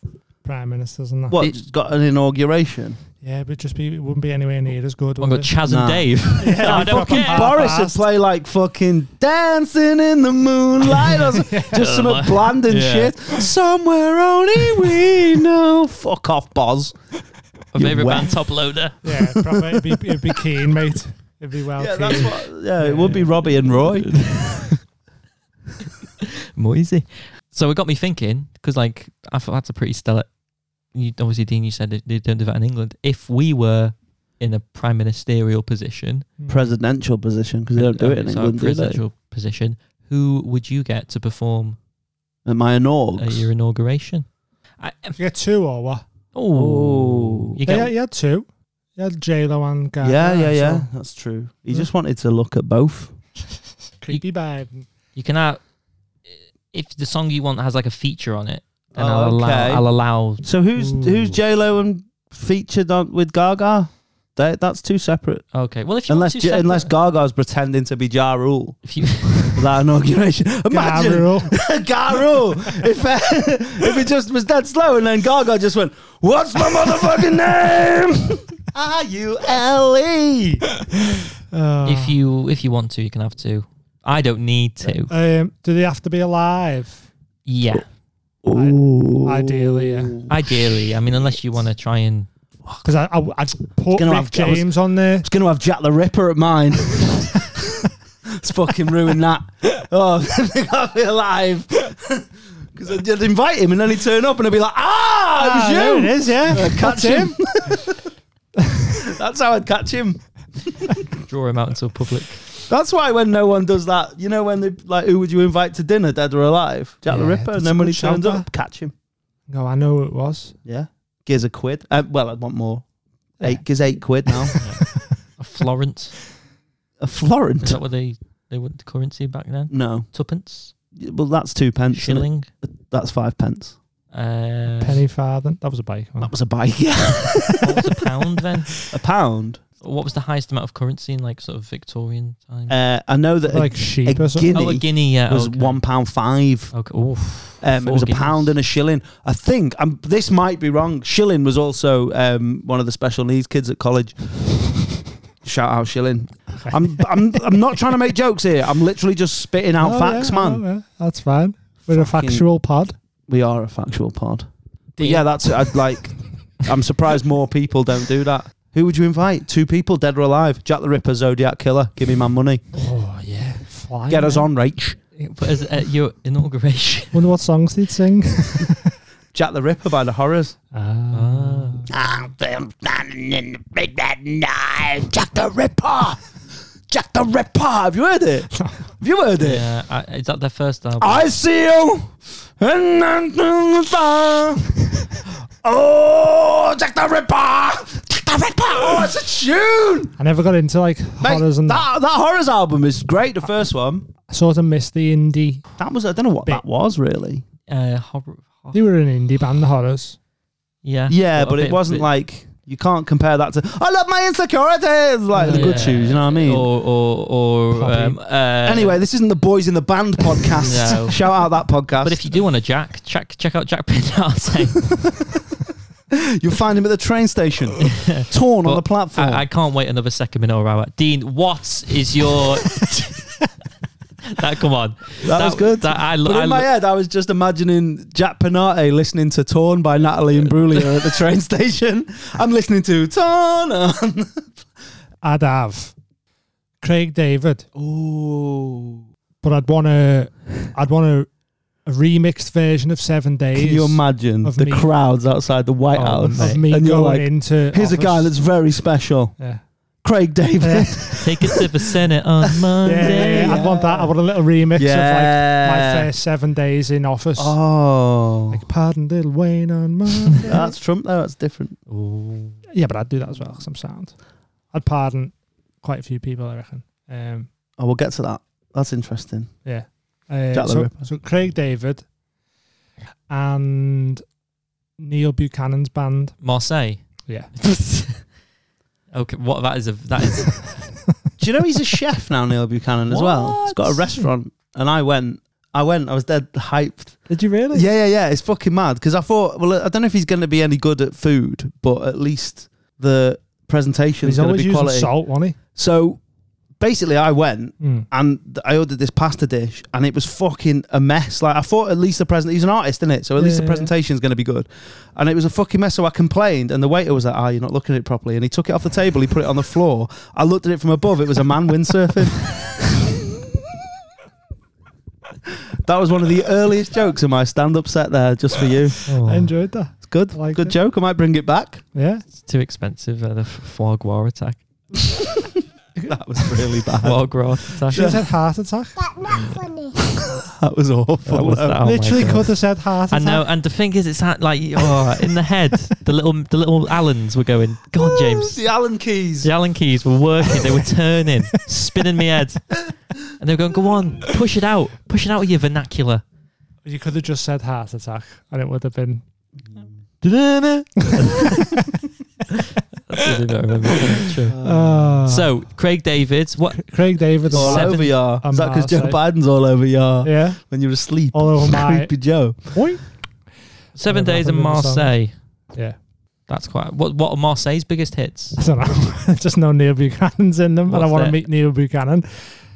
S4: prime ministers and that.
S2: What? got an inauguration.
S4: Yeah, but just be it wouldn't be anywhere near as
S2: Oh
S4: good.
S5: I've
S4: would
S5: got
S4: it?
S5: Chaz
S2: Nah.
S5: and Dave.
S4: Yeah,
S5: I don't
S4: fucking
S5: care.
S4: bar-
S2: Boris would
S4: fast.
S2: play like fucking dancing in the moonlight or some- just some
S5: Yeah.
S2: bland and
S5: Yeah.
S2: shit. Somewhere only we know. Fuck off, Boz.
S5: My
S2: You're
S5: favourite
S2: wet.
S5: band top loader.
S4: yeah, probably it'd be, it'd be keen, mate. It'd be well keen.
S2: what. Yeah, it would be Robbie and Roy.
S5: Moisey. So it got me thinking because, like, I thought that's a pretty stellar. You, obviously, Dean, you said that they don't do that in England. If we were in a prime ministerial position,
S4: Mm.
S2: Presidential position because they don't do it in
S5: uh, so
S2: England,
S5: a
S2: do they?
S5: presidential position, who would you get to perform
S2: At my
S5: at
S2: inaugs.
S5: your inauguration? I,
S4: You get two or what?
S5: oh, you
S4: Yeah,
S5: get.
S4: yeah, you had two. You had J Lo and Gaga.
S2: yeah, yeah,
S4: so
S2: yeah. That's true. He just wanted to look at both.
S4: Creepy Biden.
S5: You can have if the song you want has like a feature on it. Then
S2: Oh,
S5: I'll allow.
S2: okay.
S5: I'll allow.
S2: So who's who's J Lo and featured on with Gaga? They, that's two separate.
S5: Okay. Well, if you want
S2: Unless
S5: two
S2: J- unless
S5: separate-
S2: Gaga's pretending to be Ja Rule.
S5: if you
S2: that inauguration. Imagine
S4: Garrule.
S2: Garul. if uh, if it just was that slow, and then Gaga just went, "What's my motherfucking name?" Are you Ellie? Oh.
S5: if you if you want to, you can have two. I don't need to.
S4: Um, do they have to be alive?
S5: Yeah,
S4: Ideally, yeah.
S5: ideally. I mean, unless you want to try and
S4: Because I, I, I'd put
S2: gonna
S4: Rick
S2: have- I was-
S4: James on there.
S2: was going to have Jack the Ripper at mine. It's fucking ruined that. Oh, they got me alive. Because I'd I'd invite him and then he'd turn up and I'd be like, ah,
S4: Ah,
S2: it was
S4: there
S2: you.
S4: it is, yeah.
S2: I'd catch
S4: That's him.
S2: him. That's how I'd catch him.
S5: draw him out into a public.
S2: That's why when no one does that, you know, when they like, who would you invite to dinner, dead or alive? Jack the
S4: Yeah,
S2: Ripper.
S4: that's
S2: And
S4: a
S2: then when
S4: good
S2: he turns
S4: shout,
S2: up, catch him.
S4: No, I know who it was.
S2: Yeah. Gives a quid. Uh, well, I'd want more. Eight, gives eight quid now.
S5: A florent.
S2: a florin.
S5: Is that what they they were the currency back then?
S2: No.
S5: Tuppence,
S2: Well, that's two pence. isn't it?
S5: shilling.
S2: That's five pence.
S5: Uh,
S4: Penny Farthing. That was a bike.
S5: Mm.
S2: That was a bike. Yeah.
S5: what was a pound then?
S2: a pound.
S5: What was the highest amount of currency in like sort of Victorian time?
S2: Uh, I know that
S4: like
S2: a,
S4: sheep
S2: a
S4: or something.
S5: oh, a
S2: guinea
S5: guinea. Mm. Yeah,
S2: was
S5: okay.
S2: one pound five.
S5: Okay. Oof.
S2: Um, it
S5: Four
S2: was a
S5: guineas.
S2: pound and a shilling. I think um, this might be wrong. Shilling was also um, one of the special needs kids at college. Shout out Shilling. I'm, I'm I'm not trying to make jokes here. I'm literally just spitting out
S4: Oh,
S2: facts,
S4: yeah,
S2: man.
S4: oh, yeah, That's fine. We're a
S2: Fucking-
S4: factual pod.
S2: We are a factual pod. But
S5: Deal.
S2: yeah, that's it. I'd like. I'm surprised more people don't do that. Who would you invite? Two people, dead or alive. Jack the Ripper, Zodiac Killer. Give me my money.
S5: Oh yeah.
S4: Fly,
S2: Get us
S4: man.
S2: on, Rach.
S5: But as, at your inauguration.
S4: Wonder what songs they'd sing.
S2: Jack the Ripper by the Horrors. Uh.
S5: Ah.
S1: I'm standing in the big bad knife. Jack the Ripper.
S2: Jack the Ripper. Have you heard it? Have you heard it?
S5: Yeah. I, uh, is that their first album?
S2: I see you. And I'm doing the fire. Oh, Jack the Ripper. Jack the Ripper. Oh, it's a tune.
S4: I never got into like
S2: Mate,
S4: horrors and that.
S2: that, that Horrors album is great, the first one.
S4: I sort of missed the indie.
S2: That was, I don't know what that was really.
S5: uh, horror, horror.
S4: They were an indie band, the horrors.
S5: Yeah.
S2: Yeah,
S5: a
S2: but it
S5: bit-
S2: wasn't
S5: bit-
S2: like, you can't compare that to, I love my insecurities, like the good
S5: Yeah.
S2: shoes, you know what I mean?
S5: Or or or.
S4: Poppy.
S5: Um, uh,
S2: anyway, this isn't the Boys in the Band podcast.
S5: No.
S2: Shout out that podcast.
S5: But if you do want a Jack, check check out Jack Pinarte.
S2: You'll find him at the train station, torn on
S5: But
S2: the platform.
S5: I, I can't wait another second minute or hour. Dean, what is your? that come on.
S2: That, was good.
S5: That, I, lo-
S2: but in
S5: I,
S2: my
S5: lo-
S2: head, I was just imagining Jack Panate listening to Torn by Natalie and Brulia at the train station. I'm listening to Torn. On.
S4: I'd have Craig David,
S2: Ooh.
S4: but I'd want to. I'd want a, a remixed version of Seven Days.
S2: Can you imagine
S4: Of
S2: the
S4: me.
S2: crowds outside the White
S5: Oh,
S2: House?
S5: mate.
S4: of me
S2: and
S4: going
S2: you're like,
S4: into.
S2: here's a guy that's
S4: office.
S2: very special,
S4: Yeah.
S2: Craig David.
S5: take it to the Senate on
S4: Yeah,
S5: Monday.
S4: yeah, I'd want that. I want a little remix of like my
S2: Yeah.
S4: first seven days in office.
S2: oh.
S4: Like, pardon little Wayne on Monday.
S2: That's Trump, though. That's different.
S4: yeah, but I'd do that as well because I'm sound. I'd pardon quite a few people, I reckon. Um,
S2: Oh, we'll get to that. That's interesting.
S4: yeah. Uh,
S2: Jack the
S4: so,
S2: Ripper.
S4: so Craig David and Neil Buchanan's band.
S5: Marseille.
S4: Yeah.
S5: Okay, what that is a that is
S2: Do you know he's a chef now, Neil Buchanan, as well? He's got a
S5: What?
S2: restaurant. And I went, I went, I was dead hyped.
S4: Did you really?
S2: Yeah, yeah, yeah. It's fucking mad because I thought, well, I don't know if he's going to be any good at food, but at least the presentation is
S4: He's
S2: going
S4: always
S2: to be
S4: using
S2: quality.
S4: salt, wasn't
S2: So basically, I went
S4: he? Mm.
S2: and th- I ordered this pasta dish, and it was fucking a mess. Like I thought, at least the present. He's an artist, isn't it? So at least the
S4: Yeah.
S2: presentation's going to be good. And it was a fucking mess. So I complained, and the waiter was like, "Ah, you're not looking at it properly." And he took it off the table. He put it on the floor. I looked at it from above. It was a man windsurfing. That was one of the earliest jokes in my stand-up set there, just for you.
S4: I enjoyed that.
S2: It's good.
S4: I liked
S2: good
S4: it.
S2: joke. I might bring it back.
S4: Yeah.
S5: it's too expensive. Uh, the f- foie gras attack.
S2: That was really bad.
S5: Foie gras attack.
S4: She said heart attack.
S2: that was awful.
S5: That was
S2: though.
S5: that. Oh my
S4: Literally
S5: God.
S4: could have said heart attack.
S5: I know, and the thing is, it's ha- like oh, in the head. The little, the little Allens were going. God, James,
S2: The Allen Keys.
S5: the Allen keys were working. They were turning, spinning me head, and they were going, "Go on, push it out, push it out with your vernacular."
S4: You could have just said heart attack and it would have been
S5: That's Really don't remember. True.
S4: Uh,
S5: So Craig David, what?
S4: Craig David.
S2: all
S5: Seven-
S2: over ya.
S4: I'm
S2: Is that because
S4: out,
S2: Joe
S4: so-
S2: Biden's all over ya
S4: Yeah.
S2: when you're asleep?
S4: All over my-
S2: creepy Joe.
S4: Point.
S5: Seven
S4: Yeah,
S5: Days in
S4: nothing in the song.
S5: Marseille.
S4: Yeah.
S5: That's quite. What? What are Marseille's biggest hits?
S4: I don't know. Just no Neil Buchanan's in them, and I
S5: What's
S4: want to
S5: that?
S4: meet Neil Buchanan.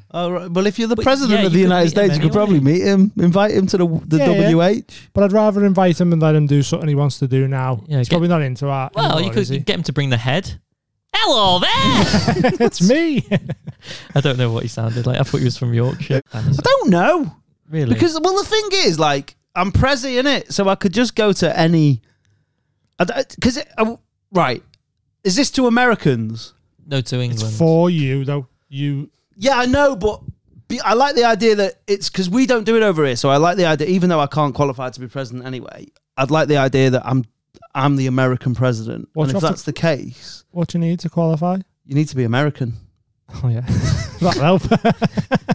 S2: All right. Well, if you're the
S5: But-
S2: president
S5: yeah,
S2: of
S5: you
S2: the
S5: could
S2: United
S5: meet him
S2: States, you could
S5: anyway.
S2: probably meet him, invite him to the the
S4: Yeah, yeah.
S2: WH.
S4: But I'd rather invite him and let him do something he wants to do now.
S5: Yeah,
S4: He's
S5: get-
S4: probably not into art.
S5: Well, you
S4: anymore,
S5: could
S4: is he?
S5: get him to bring the head. Hello there.
S4: it's me.
S5: I don't know what he sounded like. I thought he was from Yorkshire. And he's-
S2: Don't know.
S5: Really?
S2: Because well, the thing is, like, I'm Prezi in it, so I could just go to any. Because oh, right, is this to Americans?
S5: no to England.
S4: it's for you though. You
S2: Yeah, I know, but be, I like the idea that it's because we don't do it over here. So I like the idea, even though I can't qualify to be president anyway. I'd like the idea that I'm I'm the American president,
S4: Watch
S2: and
S4: out
S2: if
S4: for-
S2: that's the case,
S4: what you need to qualify.
S2: you need to be American.
S4: Oh yeah, that'll help.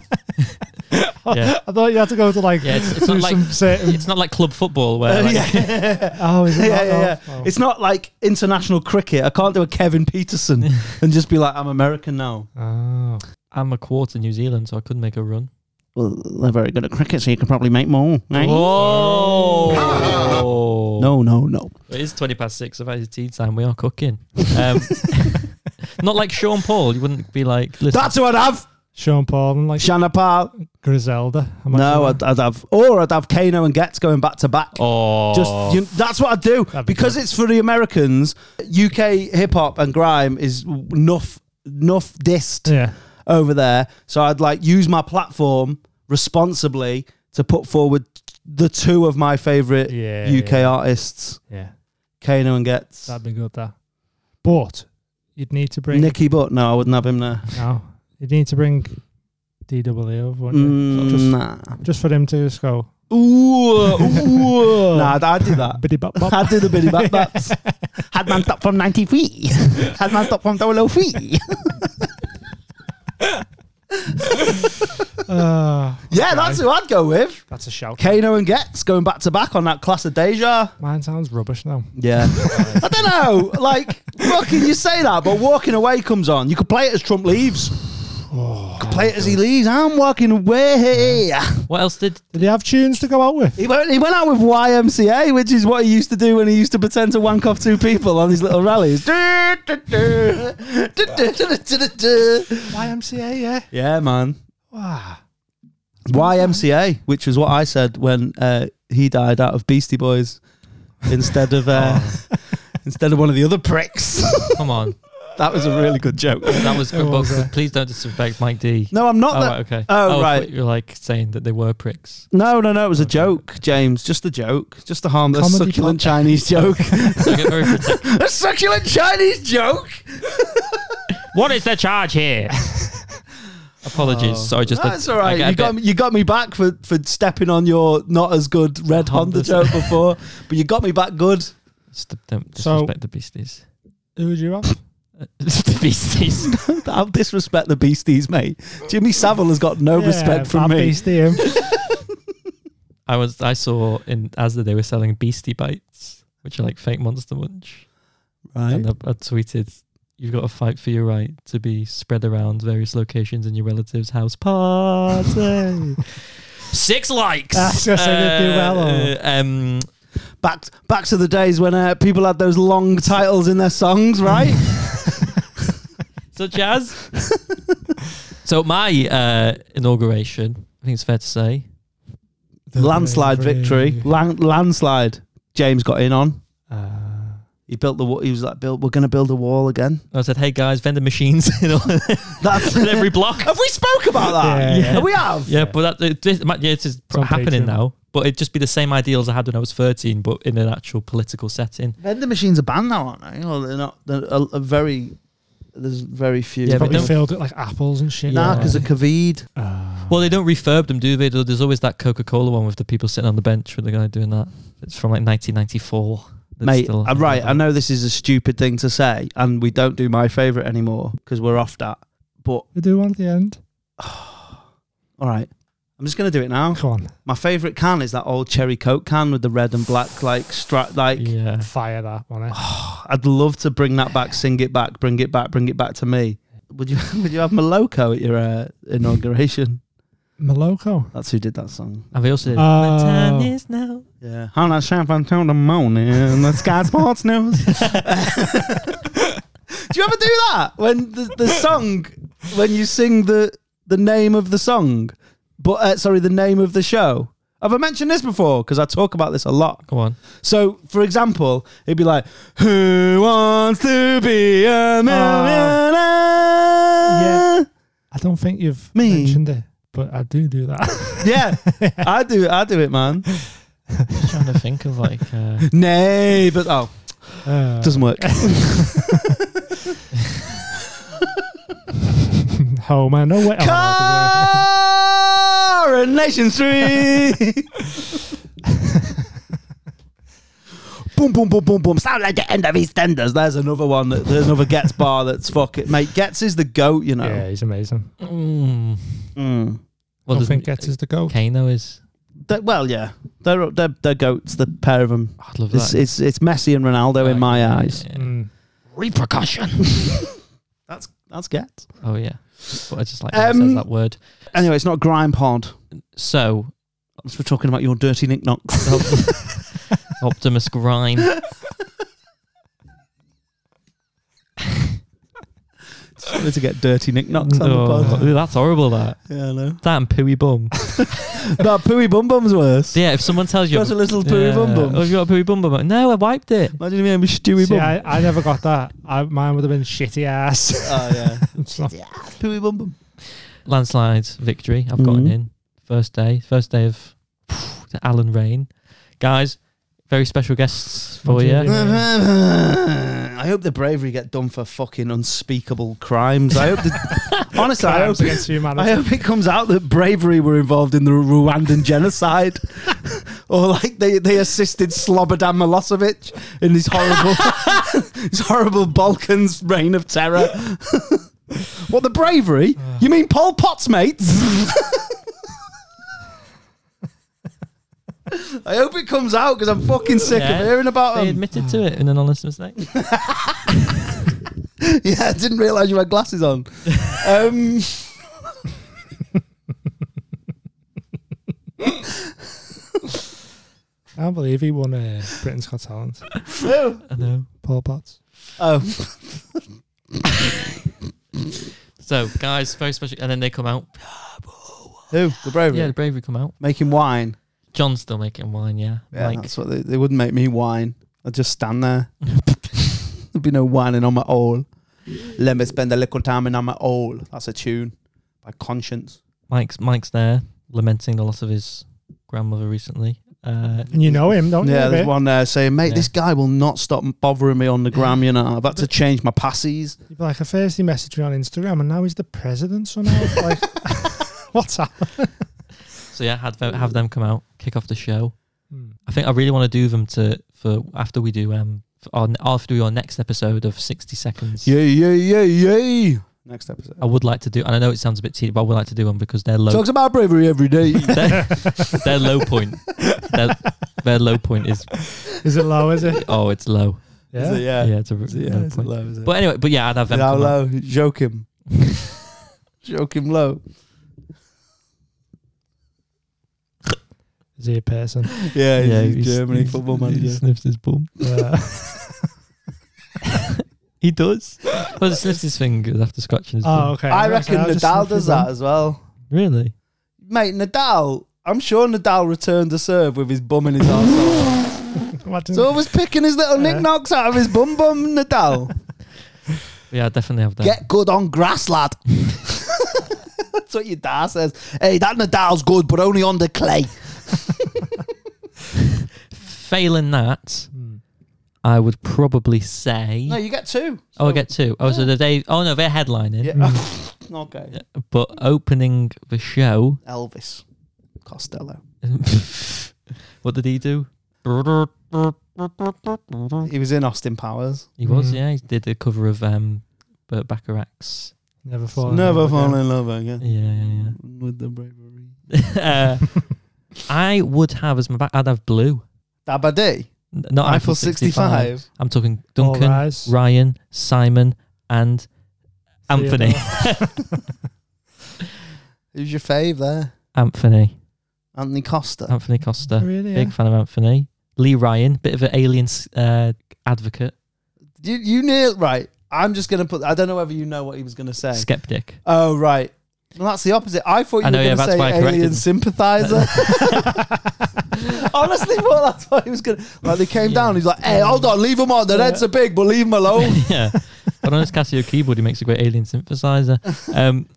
S5: Yeah.
S4: I thought you had to go to like
S5: Yeah, it's- it's
S4: do
S5: not like-
S4: some certain.
S5: It's not like club football where
S4: Uh,
S5: like,
S4: Oh, is it
S2: yeah,
S4: not?
S2: yeah, yeah.
S4: Oh, oh.
S2: It's not like international cricket. I can't do a Kevin Peterson and just be like, I'm American now.
S4: Oh.
S5: I'm a quarter New Zealand, so I could make a run.
S2: Well, they're very good at cricket, so you can probably make more. right?
S4: Oh.
S5: Oh
S2: No, no, no.
S5: It is twenty past six. I've had his tea time. We are cooking. Um, not like Sean Paul. You wouldn't be like, listen,
S2: That's who I'd have.
S4: Sean Paul and like
S2: Shanapal.
S4: Griselda. Am I
S2: No,
S4: right?
S2: I'd, I'd have. Or I'd have Kano and Getz going back to back.
S5: oh,
S2: Just you, that's what I do
S4: That'd be
S2: because
S4: good.
S2: it's for the Americans. UK hip hop and grime is enough enough dissed
S4: yeah.
S2: over there. So I'd like use my platform responsibly to put forward the two of my favorite
S4: Yeah,
S2: UK
S4: yeah.
S2: artists,
S4: Yeah,
S2: Kano and Getz.
S4: that'd be good. That, but you'd need to bring
S2: Nicky Butt. No, I wouldn't have him there.
S4: no, you'd need to bring DWA over, wouldn't
S2: Mm,
S4: you? Just,
S2: nah.
S4: just for them to just go.
S2: Ooh, ooh. nah, I'd, I'd do that.
S4: Biddy bop bop.
S2: I'd do the bitty bap baps. Had man stop from 90 feet. Had man stop from 00 feet.
S4: Ah,
S2: Yeah, that's who I'd go with.
S4: that's a shout.
S2: Kano and Getz going back to back on that class of Deja.
S4: Mine sounds rubbish now.
S2: Yeah. I don't know. Like, fucking, you say that, but Walking Away comes on. You could play it as Trump leaves. you could play it as he leaves. I'm walking away.
S5: what else did?
S4: Did he have tunes to go out with?
S2: He, went, he went out with YMCA, which is what he used to do when he used to pretend to wank off two people on his little rallies.
S4: YMCA, yeah.
S2: yeah, man.
S4: Wow.
S2: YMCA, which was what I said when uh, he died out of Beastie Boys instead of uh, instead of one of the other pricks.
S5: Come on,
S2: that was a really good joke.
S5: that was good.
S4: was,
S5: but
S4: uh,
S5: please don't disrespect Mike D.
S2: No, I'm not.
S5: Oh,
S2: that.
S5: right, okay.
S2: Oh,
S5: I thought
S2: right.
S5: You're like saying that they were pricks.
S2: No, no, no. It was a joke, James. Just a joke. Just a harmless,
S4: Comedy
S2: succulent Chinese joke.
S5: So I get very protect-
S2: a succulent Chinese joke.
S5: what is the charge here? Apologies. Sorry, just
S2: That's
S5: I-
S2: Oh. all right.
S5: I get a
S2: You got me,
S5: bit-
S2: you got me back for for stepping on your not as good red Honda,
S5: Hondas.
S2: joke before, but you got me back good.
S5: Just don't
S4: So-
S5: disrespect the beasties.
S4: Who would you have?
S5: the beasties.
S2: I'll disrespect the beasties, mate. Jimmy Savile has got no
S4: Yeah,
S2: respect from
S4: that
S2: me.
S4: beastie him.
S5: I was I saw in Asda they were selling Beastie Bites, which are like fake Monster Munch,
S2: Right.
S5: and I, I tweeted, "You've got to fight for your right to be spread around various locations in your relative's house party." Six likes.
S4: I was gonna say they do well, or-
S5: um,
S2: Back back to the days when uh, people had those long titles in their songs, right?
S5: such as. so at my uh, inauguration, I think it's fair to say,
S2: landslide victory. Lan- landslide. James got in on.
S4: Uh,
S2: He built the. wa- He was like, "Build. We're going to build a wall again."
S5: I said, "Hey guys, vending machines in all-
S2: That's
S5: in every block."
S2: Have we spoke about that?
S4: Yeah, yeah.
S2: We have.
S5: Yeah, but that, it- this, ma- yeah, it is pr-
S4: on
S5: happening
S4: Patreon.
S5: now. But it'd just be the same ideals I had when I was 13, but in an actual political setting.
S2: Vending machines are banned now, aren't they? Or they're not. They're a, a very. There's very few.
S5: Yeah, but
S4: probably
S5: don't-
S4: filled it like apples and shit. Uh,
S2: Nah, because of Covid.
S5: Well, they don't refurb them, do they? Though There's always that Coca Cola one with the people sitting on the bench with the guy doing that. It's from like 1994. that's
S2: Mate,
S5: still-
S2: I'm right. I know this is a stupid thing to say, and we don't do my favorite anymore because we're off that. But
S4: we do one at the end.
S2: all right, I I'm just gonna do it now.
S4: Come on.
S2: My favorite can is that old cherry coke can with the red and black like strap. Like
S5: Yeah.
S4: Fire that one. eh?
S2: I'd love to bring that back, sing it back, bring it back, bring it back to me. Would you Would you have Maloko at your uh, inauguration?
S4: Maloko.
S2: That's who did that song.
S5: And they also
S2: Uh,
S5: did.
S4: Oh.
S5: "The time is now."
S2: Yeah. How that champagne till the morning? The Sky Sports News. do you ever do that when the, the song when you sing the the name of the song, but uh, sorry, the name of the show? Have I mentioned this before? Because I talk about this a lot.
S5: Go on.
S2: So, for example, it'd be like, "Who wants to be a millionaire?"
S4: yeah. I don't think you've
S2: Me.
S4: mentioned it, but I do do that.
S2: yeah, I do, I do it, man.
S5: Just trying to think of like. Uh,
S2: Nay, but oh,
S4: Uh,
S2: doesn't work.
S4: Homer. No way. Oh, no, it doesn't work.
S2: Coronation Street. boom, boom, boom, boom, boom. Sound like the end of EastEnders. There's another one. That, there's another Gets bar. That's fuck it, mate. Gets is the goat, you know.
S4: Yeah, he's amazing.
S5: mm.
S2: Mm.
S5: Well,
S4: I think
S5: doesn't
S4: gets is the goat.
S5: Kano is.
S2: They- well, yeah, they're they're, they're goats. The pair of them.
S5: I'd love
S2: It's,
S5: that.
S2: it's it's Messi and Ronaldo in
S5: Like,
S2: my
S5: yeah,
S2: eyes.
S5: yeah.
S4: Mm.
S1: Repercussion.
S2: That's that's gets.
S5: Oh yeah. But I just like how it says
S2: Um,
S5: that word.
S2: Anyway, it's not grime pod.
S5: So
S2: Unless we're talking about your dirty knickknacks.
S5: Optimus Grime.
S2: Sorry to get dirty knickknacks on the
S5: Oh,
S2: pod.
S5: that's horrible. That
S2: Yeah, I know.
S5: that and Pooey Bum.
S2: That pooey bum bum's worse.
S5: yeah. If someone tells you.
S2: Got a little pooey
S5: Yeah.
S2: bum
S5: Oh,
S2: bum.
S5: have you got a Pooey Bum Bum? No, I wiped it.
S2: Imagine if you had a stewy
S4: See,
S2: bum.
S4: I, I never got that. I, mine would have been shitty ass.
S2: Oh yeah,
S4: It's not-
S2: pooey bum bum.
S5: landslide victory. I've gotten
S2: Mhm.
S5: in first day, first day of the Alan Rain, guys. Very special guests for
S4: Indeed.
S5: you.
S2: I hope the bravery get done for fucking unspeakable crimes. I hope. The, honestly, I hope
S4: Crimes against humanity.
S2: I hope it comes out that bravery were involved in the Rwandan genocide, or like they, they assisted Slobodan Milosevic in his horrible his horrible Balkans reign of terror. what the bravery?
S5: Uh.
S2: You mean Pol Pot's mates? I hope it comes out because I'm fucking sick
S5: Yeah.
S2: of hearing about
S5: They
S2: them.
S5: admitted to it in an honest mistake.
S2: yeah, I didn't realise you had glasses on. Um,
S4: I can't believe he won uh, Britain's Got Talent.
S5: I know.
S4: Paul Potts.
S2: oh.
S5: So, guys, very special. And then they come out.
S2: Who? The bravery?
S5: Yeah, the bravery come out.
S2: Making wine.
S5: John's still making wine. Yeah,
S2: Yeah,
S5: like
S2: that's what they, they wouldn't make me whine. I'd just stand there. There'd be no whining on my own. Let me spend a little time in on my own. That's a tune by Conscience.
S5: Mike's Mike's there lamenting the loss of his grandmother recently. Uh,
S4: And you know him, don't
S2: Oh, yeah,
S4: you?
S2: there's
S4: Bit?
S2: one there saying, "Mate,
S5: Yeah.
S2: this guy will not stop bothering me on the gram. You know, I've had to change my passes.
S4: You'd be like, at first he messaged me on Instagram and now he's the president somehow. like, what's up?
S5: so yeah, had them, have them come out, kick off the show.
S4: Hmm.
S5: I think I really want to do them to for after we do um for our, after we do our next episode of sixty seconds.
S2: Yay, yay, yay, yay!" Next episode
S5: I would like to do, and I know it sounds a bit cheap, but I would like to do one because they're low.
S2: talks about bravery every day.
S5: their, their low point, their, their low point is
S4: Is it low, is it?
S5: oh, it's low.
S4: Yeah.
S2: Is it, yeah,
S5: Yeah, it's a r-
S2: Is it, yeah,
S5: low
S2: is it
S5: point.
S2: low, is it?
S5: But anyway, but yeah, I'd have them.
S2: How
S5: come out.
S2: low? Joke him. Joke him low.
S4: Is he a person?
S2: Yeah, he's,
S5: Yeah,
S2: he's
S5: he
S2: Germany
S5: sniffs-
S2: football
S5: He
S2: manager.
S5: sniffs his bum.
S4: Yeah.
S5: He does. Well, he sniffs his fingers after scratching his
S4: oh,
S5: bum.
S4: okay.
S2: I
S4: Yeah,
S2: reckon
S4: so I'll just
S2: Nadal
S4: sniff his
S2: does that
S4: bum.
S2: as well.
S5: Really?
S2: mate, Nadal. I'm sure Nadal returned a serve with his bum in his arse.
S4: Imagine-
S2: He's always picking his little
S4: Yeah.
S2: knickknacks out of his bum bum, Nadal.
S5: Yeah, I definitely have that.
S2: Get good on grass, lad. That's what your dad says. Hey, that Nadal's good, but only on the clay.
S4: Mm.
S5: Failing that,
S4: Hmm.
S5: I would probably say.
S2: No, you get two.
S5: oh, I get two. Oh, so the day. Oh no, they're headlining.
S2: Yeah.
S4: Hmm.
S2: okay.
S5: But opening the show,
S2: Elvis Costello.
S5: what did he do?
S2: He was in Austin Powers.
S5: He was,
S4: Mhm.
S5: yeah. He did a cover of um, Burt Bacharach's.
S4: Never fall. in
S2: Never
S4: love
S2: fall
S4: again.
S2: in love again
S5: Yeah, yeah, yeah.
S2: with the bravery.
S5: uh, I would have as my back. I'd have blue,
S2: Dabadi.
S5: N- not Eiffel
S2: Eiffel
S5: 65.
S2: 65.
S5: I'm talking
S4: All
S5: Duncan,
S4: rise.
S5: Ryan, Simon, and Anthony.
S2: Who's your fave there?
S5: Anthony,
S2: Anthony Costa.
S5: Anthony Costa.
S4: Really?
S5: Big
S4: yeah.
S5: fan of Anthony. Lee Ryan, bit of an alien s- uh, advocate,
S2: You, you nailed right. I'm just gonna put. I don't know whether you know what he was gonna say.
S5: skeptic.
S2: oh right. Well, that's the opposite. I thought you
S5: I know,
S2: were
S5: yeah,
S2: gonna
S5: that's why I
S2: say
S5: corrected
S2: alien
S5: him.
S2: sympathizer. Honestly, well, that's what he was gonna. Like they came down. He's like, "Hey, hold on, leave them on. Their heads are big, but leave them alone."
S4: Oh.
S5: yeah. But on his Casio keyboard, he makes a great alien synthesizer. Um,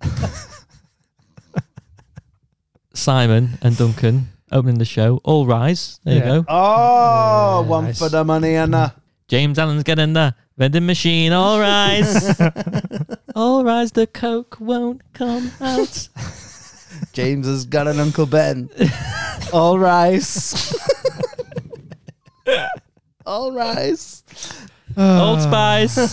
S5: Simon and Duncan opening the show. All rise. There
S4: Yeah.
S5: you go.
S2: Oh, one
S4: nice.
S2: for the money and a.
S5: James Allen's getting the vending machine. All rise. all rise. The Coke won't come out.
S2: James has got an Uncle Ben. All rise. All rise.
S5: Old Spice.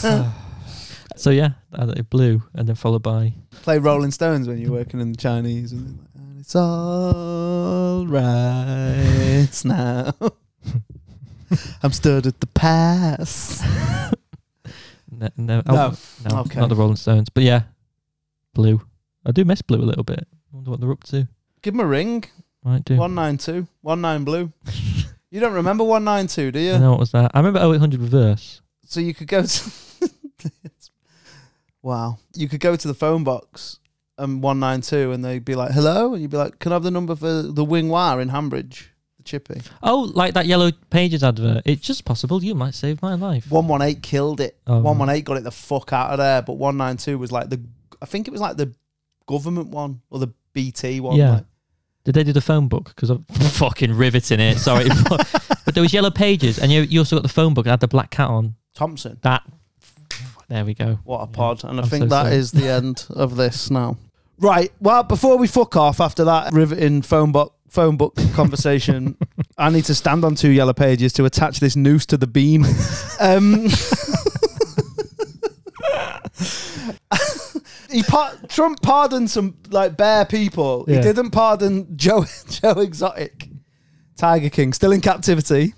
S5: so, yeah, uh, blue and then followed by.
S2: Play Rolling Stones when you're working in the Chinese. And they're like, "And it's all right now. I'm stirred at the past.
S5: Ne- ne-
S2: No.
S5: oh, no,
S2: Okay.
S5: Not the Rolling Stones. But yeah, blue. I do miss blue a little bit. wonder what they're up to.
S2: Give him a ring.
S5: Might do.
S2: 192. 19 blue. You don't remember 192, do
S5: I
S2: you?
S5: know what was that. I remember 0800 reverse.
S2: So you could go to. wow. You could go to the phone box and 192 and they'd be like, hello? And you'd be like, can I have the number for the Wing Wire in Hambridge? The chippy.
S5: Oh, like that Yellow Pages advert. It's just possible you might save my life.
S2: 118 killed it.
S5: Oh, right.
S2: 118 got it the fuck out of there, but 192 was like the, I think it was like the government one or the BT one.
S5: Yeah.
S2: like-
S5: Did they do the phone book? Because I'm fucking riveting it. Sorry. but, but there was Yellow Pages, and you, you also got the phone book. and had the black cat on.
S2: Thompson.
S5: That. There we go.
S2: What a pod. And I
S5: I'm
S2: think
S5: so
S2: that
S5: sorry.
S2: is the end of this now. Right. Well, before we fuck off after that riveting phone book phone book conversation, I need to stand on two yellow pages to attach this noose to the beam. Um He par- Trump pardoned some like bare people. He
S4: Yeah.
S2: didn't pardon Joe Joe Exotic, Tiger King, still in captivity.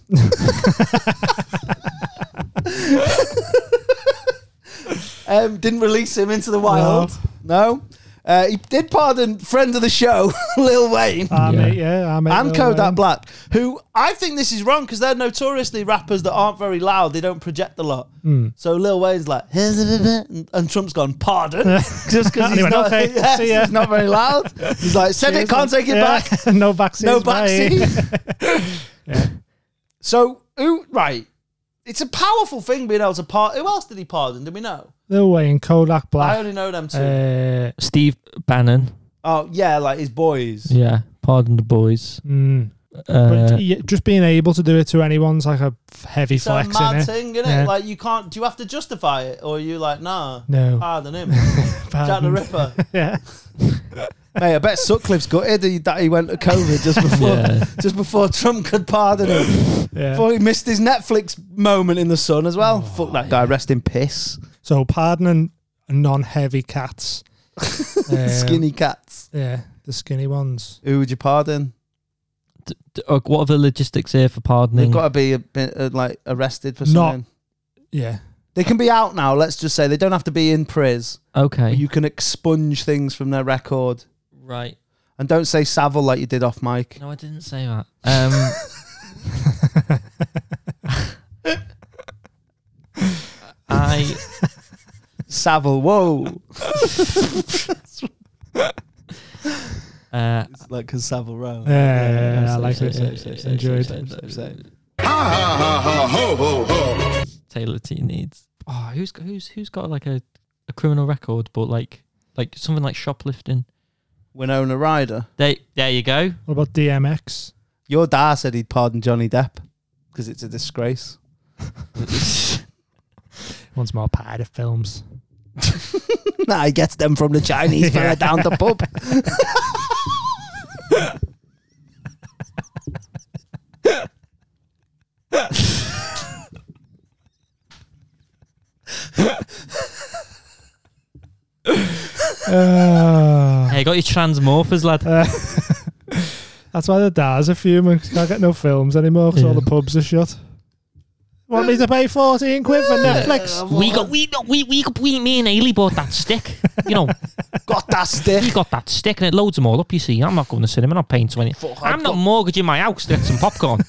S2: um, didn't release him into the wild. No. Uh, he did pardon friend of the show, Lil Wayne,
S4: Ah,
S5: Yeah.
S4: mate, yeah, I mate,
S2: and
S4: Lil
S2: Kodak
S4: Wayne.
S2: Black, who I think this is wrong because they're notoriously rappers that aren't very loud. They don't project a lot.
S4: Hmm.
S2: So Lil Wayne's like, and, and Trump's gone, pardon. Just because
S4: And he
S2: he's,
S4: went,
S2: not-
S4: "Okay,
S2: yes,
S4: see ya."
S2: he's not very loud. He's like, said it, can't take it
S4: Yeah.
S2: back.
S4: no vaccine.
S2: No backseat. So, who, right. It's a powerful thing being able to pardon. Who else did he pardon? Do we know?
S4: Lil Wayne, Kodak
S2: I
S4: Black.
S2: only know them two.
S4: Uh,
S5: Steve Bannon.
S2: oh, yeah, like his boys.
S5: Yeah. Pardon the boys.
S4: mm. But
S5: Uh,
S4: y- just being able to do it to anyone's like a f- heavy
S2: It's a
S4: flex in
S2: mad
S4: it.
S2: thing, innit?
S4: Yeah.
S2: Like you can't. Do you have to justify it, or are you like, nah,
S4: No.
S2: harder than him, Jack the Ripper?
S4: yeah.
S2: Mate, I bet Sutcliffe's gutted he- that he went to COVID just before
S5: yeah.
S2: just before Trump could pardon him.
S4: yeah.
S2: Before he missed his Netflix moment in the sun as well. Fuck that guy. Rest in piss.
S4: So pardoning non-heavy cats, Um,
S2: Skinny cats.
S4: yeah, the skinny ones.
S2: Who would you pardon?
S5: D- uh, What are the logistics here for
S2: They've
S5: pardoning?
S2: got to be a bit, uh, like arrested for
S4: Not-
S2: something.
S4: Yeah,
S2: They can be out now. Let's just say they don't have to be in pris.
S5: okay.
S2: You can expunge things from their record.
S5: right.
S2: And don't say Savile like you did off mic.
S5: No, I didn't say that. Um, I
S2: Savile, whoa.
S5: uh,
S2: It's like because Savile Row.
S4: yeah, yeah, yeah, I like it. Enjoyed.
S7: Ha ha ha ho ho ho.
S5: Taylor T needs. Oh, who's got, who's who's got like a, a criminal record, but like like something like shoplifting.
S2: Winona Ryder.
S5: There, there you go.
S4: What about DMX?
S2: Your dad said he'd pardon Johnny Depp because it's a disgrace.
S4: Wants more pirate films.
S2: nah, he gets them from the Chinese fella down the pub.
S4: Uh,
S5: Ah. Hey, got your transmorphers, lad.
S4: uh, That's why the dad's a fuming. 'cause Can't get no films anymore because all
S5: Yeah.
S4: the pubs are shut. Want me to pay fourteen quid for Netflix?
S5: We got we we we we me and Ailey bought that stick. You know,
S2: Got that stick.
S5: we got that stick and it loads them all up. You see, I'm not going to cinema. I'm not paying twenty. I'm not mortgaging my house to get some popcorn.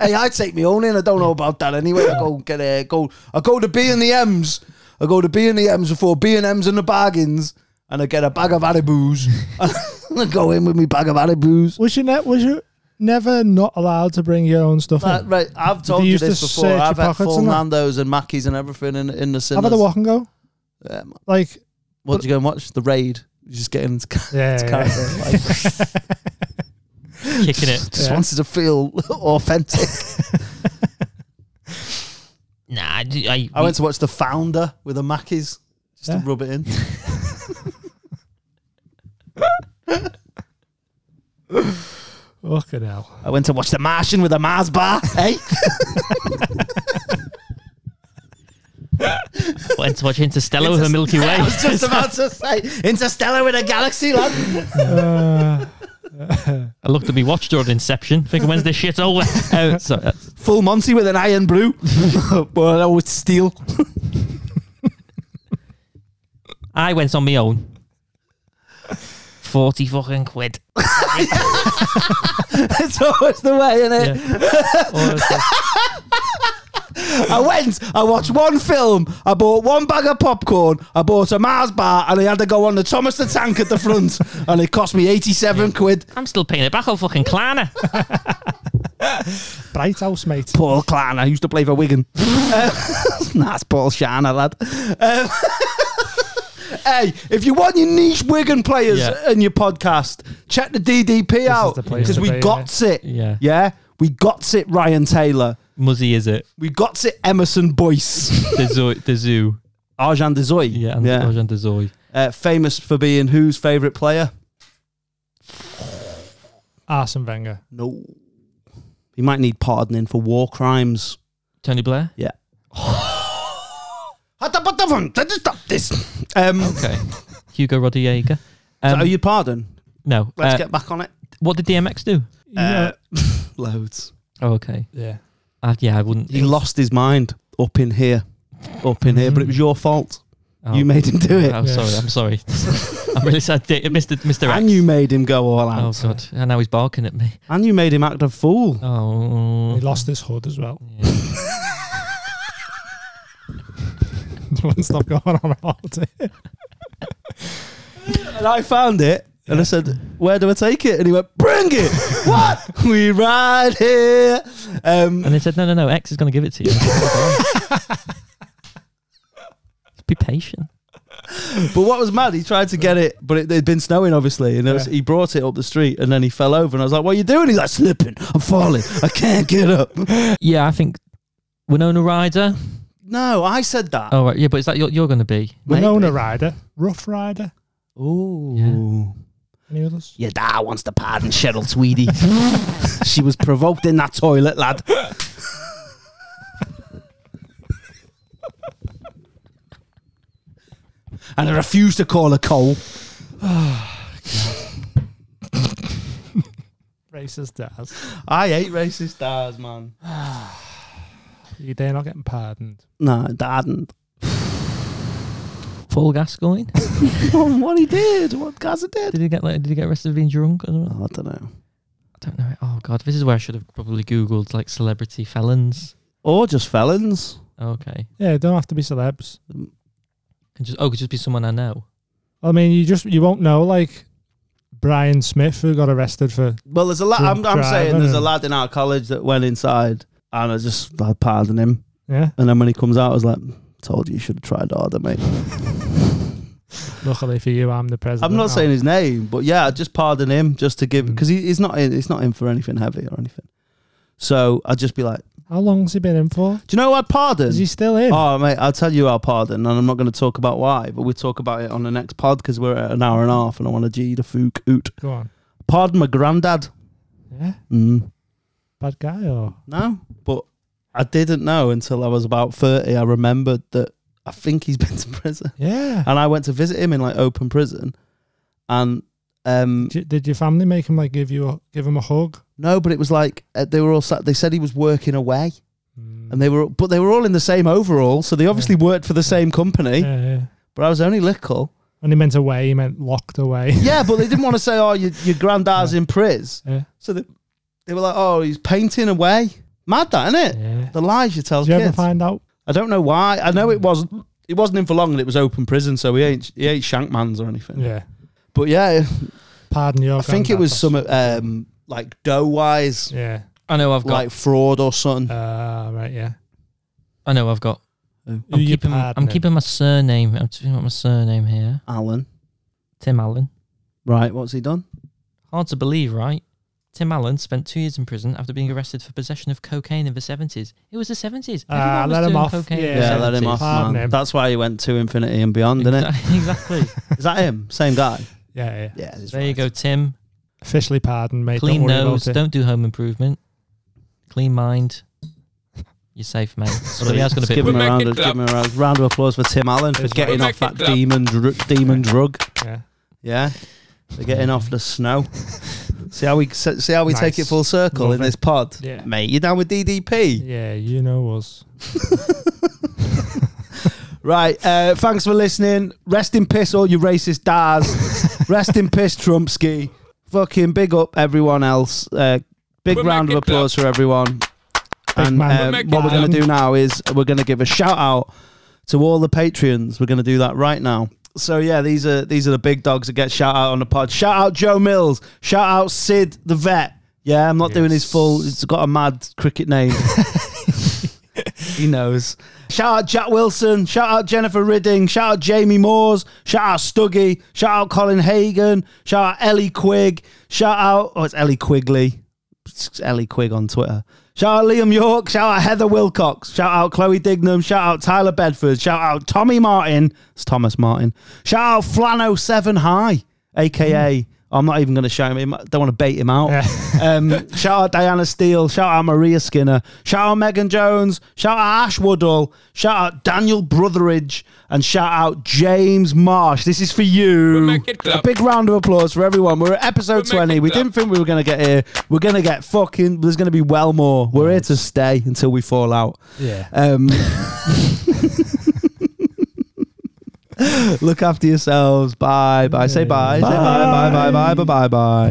S2: Hey, I take me own in. I don't know about that anyway. I go get a go. I go to B and the M's. I go to B and the M's before B and M's and the bargains, and I get a bag of Haribo's. and I go in with me bag of Haribo's.
S4: Was you ne- was you never not allowed to bring your own stuff?
S2: Right,
S4: in?
S2: right, I've told
S4: They
S2: you
S4: used
S2: this
S4: to
S2: before.
S4: search your
S2: I've had
S4: pockets
S2: full
S4: and that.
S2: Nando's and Mackey's and everything in, in the
S4: Have
S2: cinema.
S4: had a walk and go.
S2: Um,
S4: Like
S2: what do you go and watch? The Raid. You just get into ca-
S4: yeah,
S2: to
S4: yeah,
S2: character. Like,
S5: Kicking it.
S2: just
S4: Yeah.
S2: wanted to feel authentic.
S5: Nah, I, I,
S2: I went to watch The Founder with the Mackeys just
S4: Yeah.
S2: to rub it in.
S4: Fucking hell.
S2: I went to watch The Martian with a Mars bar. Hey,
S5: went to watch Interstellar with a Milky Way.
S2: I was just about to say Interstellar with a galaxy, lad.
S4: Uh,
S5: I looked at me watch during Inception, thinking, when's this shit over? Uh, so, uh,
S2: Full Monty with an iron brew. but I would steal.
S5: I went on my own. 40 fucking quid.
S2: It's always the way, innit?
S5: Yeah. Or it's like,
S2: I went, I watched one film, I bought one bag of popcorn, I bought a Mars bar, and I had to go on the Thomas the Tank at the front, and it cost me 87 quid.
S5: I'm still paying it back on fucking Klarna.
S4: bright house, mate.
S2: Paul Clan, I used to play for Wigan. Uh, That's Paul Shana, lad. Um, hey, if you want your niche Wigan players
S5: Yeah. in
S2: in your podcast, check the DDP out
S4: the place
S2: because
S4: to
S2: we
S4: be,
S2: got it.
S5: Yeah.
S2: Yeah, we got it. Ryan Taylor,
S5: Muzzy is it?
S2: we got it. Emerson Boyce,
S5: The zoo. The zoo.
S2: Arjan Dezoy.
S5: Yeah, and Arjan Dezoy.
S2: Uh, famous for being whose favourite player?
S4: Arsene Wenger.
S2: No. He might need pardoning for war crimes.
S5: Tony Blair?
S2: Yeah. Stop this. Um,
S5: Okay. Hugo Rodriguez.
S2: so
S5: Oh. Um,
S2: are you pardon?
S5: no.
S2: Let's
S5: uh,
S2: get back on it. Uh,
S5: what did DMX do?
S4: yeah.
S2: Loads.
S5: Oh, okay.
S4: Yeah.
S5: Uh, yeah, I wouldn't.
S2: He lost his mind up in here. Up in here, but it was your fault.
S5: Oh,
S2: You made him do it.
S5: I'm sorry. I'm sorry. I'm really sad. Di- Mr. Mr. X.
S2: and you made him go all
S5: Oh,
S2: out.
S5: God. And now he's barking at me.
S2: And you made him act a fool.
S5: Oh.
S4: He lost his hood as well.
S5: Yeah.
S4: Won't stop going on about it.
S2: And I found it. And I said, Where do I take it? And he went, Bring it! what? We ride here. Um,
S5: And they said, no, no, no, X is going to give it to you. Be patient.
S2: But what was mad, he tried to get it, but it had been snowing, obviously. And it was-
S4: Yeah.
S2: he brought it up the street and then he fell over. And I was like, What are you doing? He's like, Slipping. I'm falling. I can't get up.
S5: Yeah, I think Winona Ryder.
S2: No, I said that.
S5: Oh, right. Yeah, but is that your, you're going to be?
S4: Winona Ryder. Rough Rider.
S2: Ooh.
S4: Any others?
S2: Your dad wants to pardon Cheryl Tweedy. she was provoked in that toilet, lad. and I refuse to call her Cole.
S4: Racist dads.
S2: I hate racist stars, man.
S4: You- They're not getting pardoned.
S2: No, dad hadn't.
S5: Paul Gascoigne.
S2: what he did, what Gaza did.
S5: Did he get like, did he get arrested for being drunk? as well?
S2: Oh, I don't know.
S5: I don't know. Oh God, this is where I should have probably googled like celebrity felons.
S2: Or just felons.
S5: Okay,
S4: Yeah, they don't have to be celebs.
S5: and just oh, it could just be someone I know.
S4: I mean, you just you won't know like Brian Smith who got arrested for
S2: Well, there's a lad.
S4: Drunk
S2: I'm, I'm saying
S4: driving
S2: there's a
S4: and-
S2: lad in our college that went inside, and I just I pardoned him.
S4: yeah.
S2: And then when he comes out, I was like, "Told you, you should have tried harder, mate."
S4: Luckily for you, I'm the president.
S2: I'm not
S4: now.
S2: saying his name, but yeah, I just pardon him just to
S4: Mm.
S2: give because he, he's not in. It's not in for anything heavy or anything. So I'd just be like,
S4: how long's he been in for?
S2: "Do you know what pardon?"
S4: Is he still in?
S2: Oh mate, I'll tell you our pardon, and I'm not going to talk about why, but we'll talk about it on the next pod because we're at an hour and a half, and I want to g the fook oot.
S4: Go on.
S2: Pardon my granddad.
S4: Yeah,
S2: Mm.
S4: bad guy or
S2: No, but I didn't know until I was about 30. I remembered that I think he's been to prison.
S4: yeah.
S2: And I went to visit him in like open prison. And Um,
S4: Did, did your family make him like give you a, give him a hug?
S2: no, but it was like uh, they were all sat. They said he was working away,
S5: Mm.
S2: and they were, but they were all in the same overall, so they obviously worked for the same company.
S4: Yeah, yeah.
S2: But I was only little.
S4: When he meant away, he meant locked away.
S2: Yeah, but they didn't want to say, "Oh, your your granddad's in prison."
S4: Yeah.
S2: So they, they were like, "Oh, he's painting away." Mad, that isn't it?
S4: Yeah.
S2: The lies you tell
S4: Did you ever
S2: kids.
S4: find Mm. out?
S2: I don't know why. I know it wasn't. It wasn't in for long, and it was open prison, so he ain't he ain't shankmans or anything.
S4: Yeah.
S2: But yeah,
S4: Pardon your.
S2: I think it was
S4: granddad.
S2: some um, like dough wise,
S4: Yeah.
S5: I know I've got.
S2: like fraud or something.
S4: Uh, right. Yeah.
S5: I know I've got.
S4: Who
S5: I'm
S4: you
S5: keeping. I'm
S4: pardoning?
S5: keeping my surname. I'm talking about my surname here.
S2: Alan,
S5: Tim Allen.
S2: right? What's he done?
S5: Hard to believe, right? Tim Allen spent two years in prison after being arrested for possession of cocaine in the 70s. It was the 70s.
S4: Ah,
S5: Everyone was
S4: let him
S5: doing
S4: off.
S5: Cocaine in
S4: Yeah,
S5: the
S2: Yeah, let him
S5: 70s.
S2: off,
S4: Pardon
S2: man.
S4: him.
S2: That's why he went to infinity and beyond, didn't it?
S5: Exactly. exactly.
S2: Is that him? Same guy?
S4: Yeah. Yeah.
S2: Yeah.
S5: there you go, Tim.
S4: Officially pardoned, mate.
S5: Clean
S4: Don't worry
S5: nose.
S4: About it.
S5: Don't do home improvement. Clean mind. You're safe, mate. Although he has got a
S2: Let's
S5: bit.
S2: give him, a
S6: We're
S2: round
S6: making
S2: of, give
S6: club.
S2: him a round, round of applause for Tim Allen for
S4: It's
S2: getting
S6: right.
S2: off that
S6: We're making
S2: demon dru- demon drug.
S4: Yeah.
S2: Yeah, for getting off the snow. see how we see how we take
S4: Nice.
S2: it full circle
S4: Love
S2: in
S4: it.
S2: this pod,
S4: Yeah.
S2: mate. You down with DDP?
S4: Yeah. You know us.
S2: Right. Uh, thanks for listening. Rest in piss, all you racist dars. Rest in piss, Trumpski. Fucking big up everyone else. Uh, big
S6: We're
S2: round of
S6: making
S2: applause for everyone. And
S4: man. We're
S2: uh,
S6: making
S2: what we're going to
S4: club.
S2: do now is we're going to give a shout out to all the patrons. We're going to do that right now. So yeah, these are these are the big dogs that get shout out on the pod. Shout out Joe Mills. Shout out Sid the vet. Yeah, I'm not doing his full. It's got a mad cricket name. he knows. Shout out Jack Wilson. Shout out Jennifer Ridding. Shout out Jamie Moores. Shout out Stuggy. Shout out Colin Hagen. Shout out Ellie Quigg. Shout out. Oh, it's Ellie Quigley. It's Ellie Quigg on Twitter. Shout out Liam York. Shout out Heather Wilcox. Shout out Chloe Dignam. Shout out Tyler Bedford. Shout out Tommy Martin. It's Thomas Martin. Shout out Flano Seven High, aka. I'm not even going to shout him. I don't want to bait him out. um, shout out Diana Steele. Shout out Maria Skinner. Shout out Megan Jones. Shout out Ash Woodall. Shout out Daniel Brotheridge. And shout out James Marsh. This is for you.
S6: make it
S2: A
S6: clap.
S2: big round of applause for everyone. We're at episode
S6: We'll make
S2: 20.
S6: it
S2: We
S6: clap.
S2: didn't think we were going to get here. We're going to get fucking. There's going to be well more. We're here to stay until we fall out.
S4: Yeah.
S2: Um, look after yourselves. Bye. Bye. Say bye. Say bye. Bye. Bye. Bye. Bye. Bye. Bye.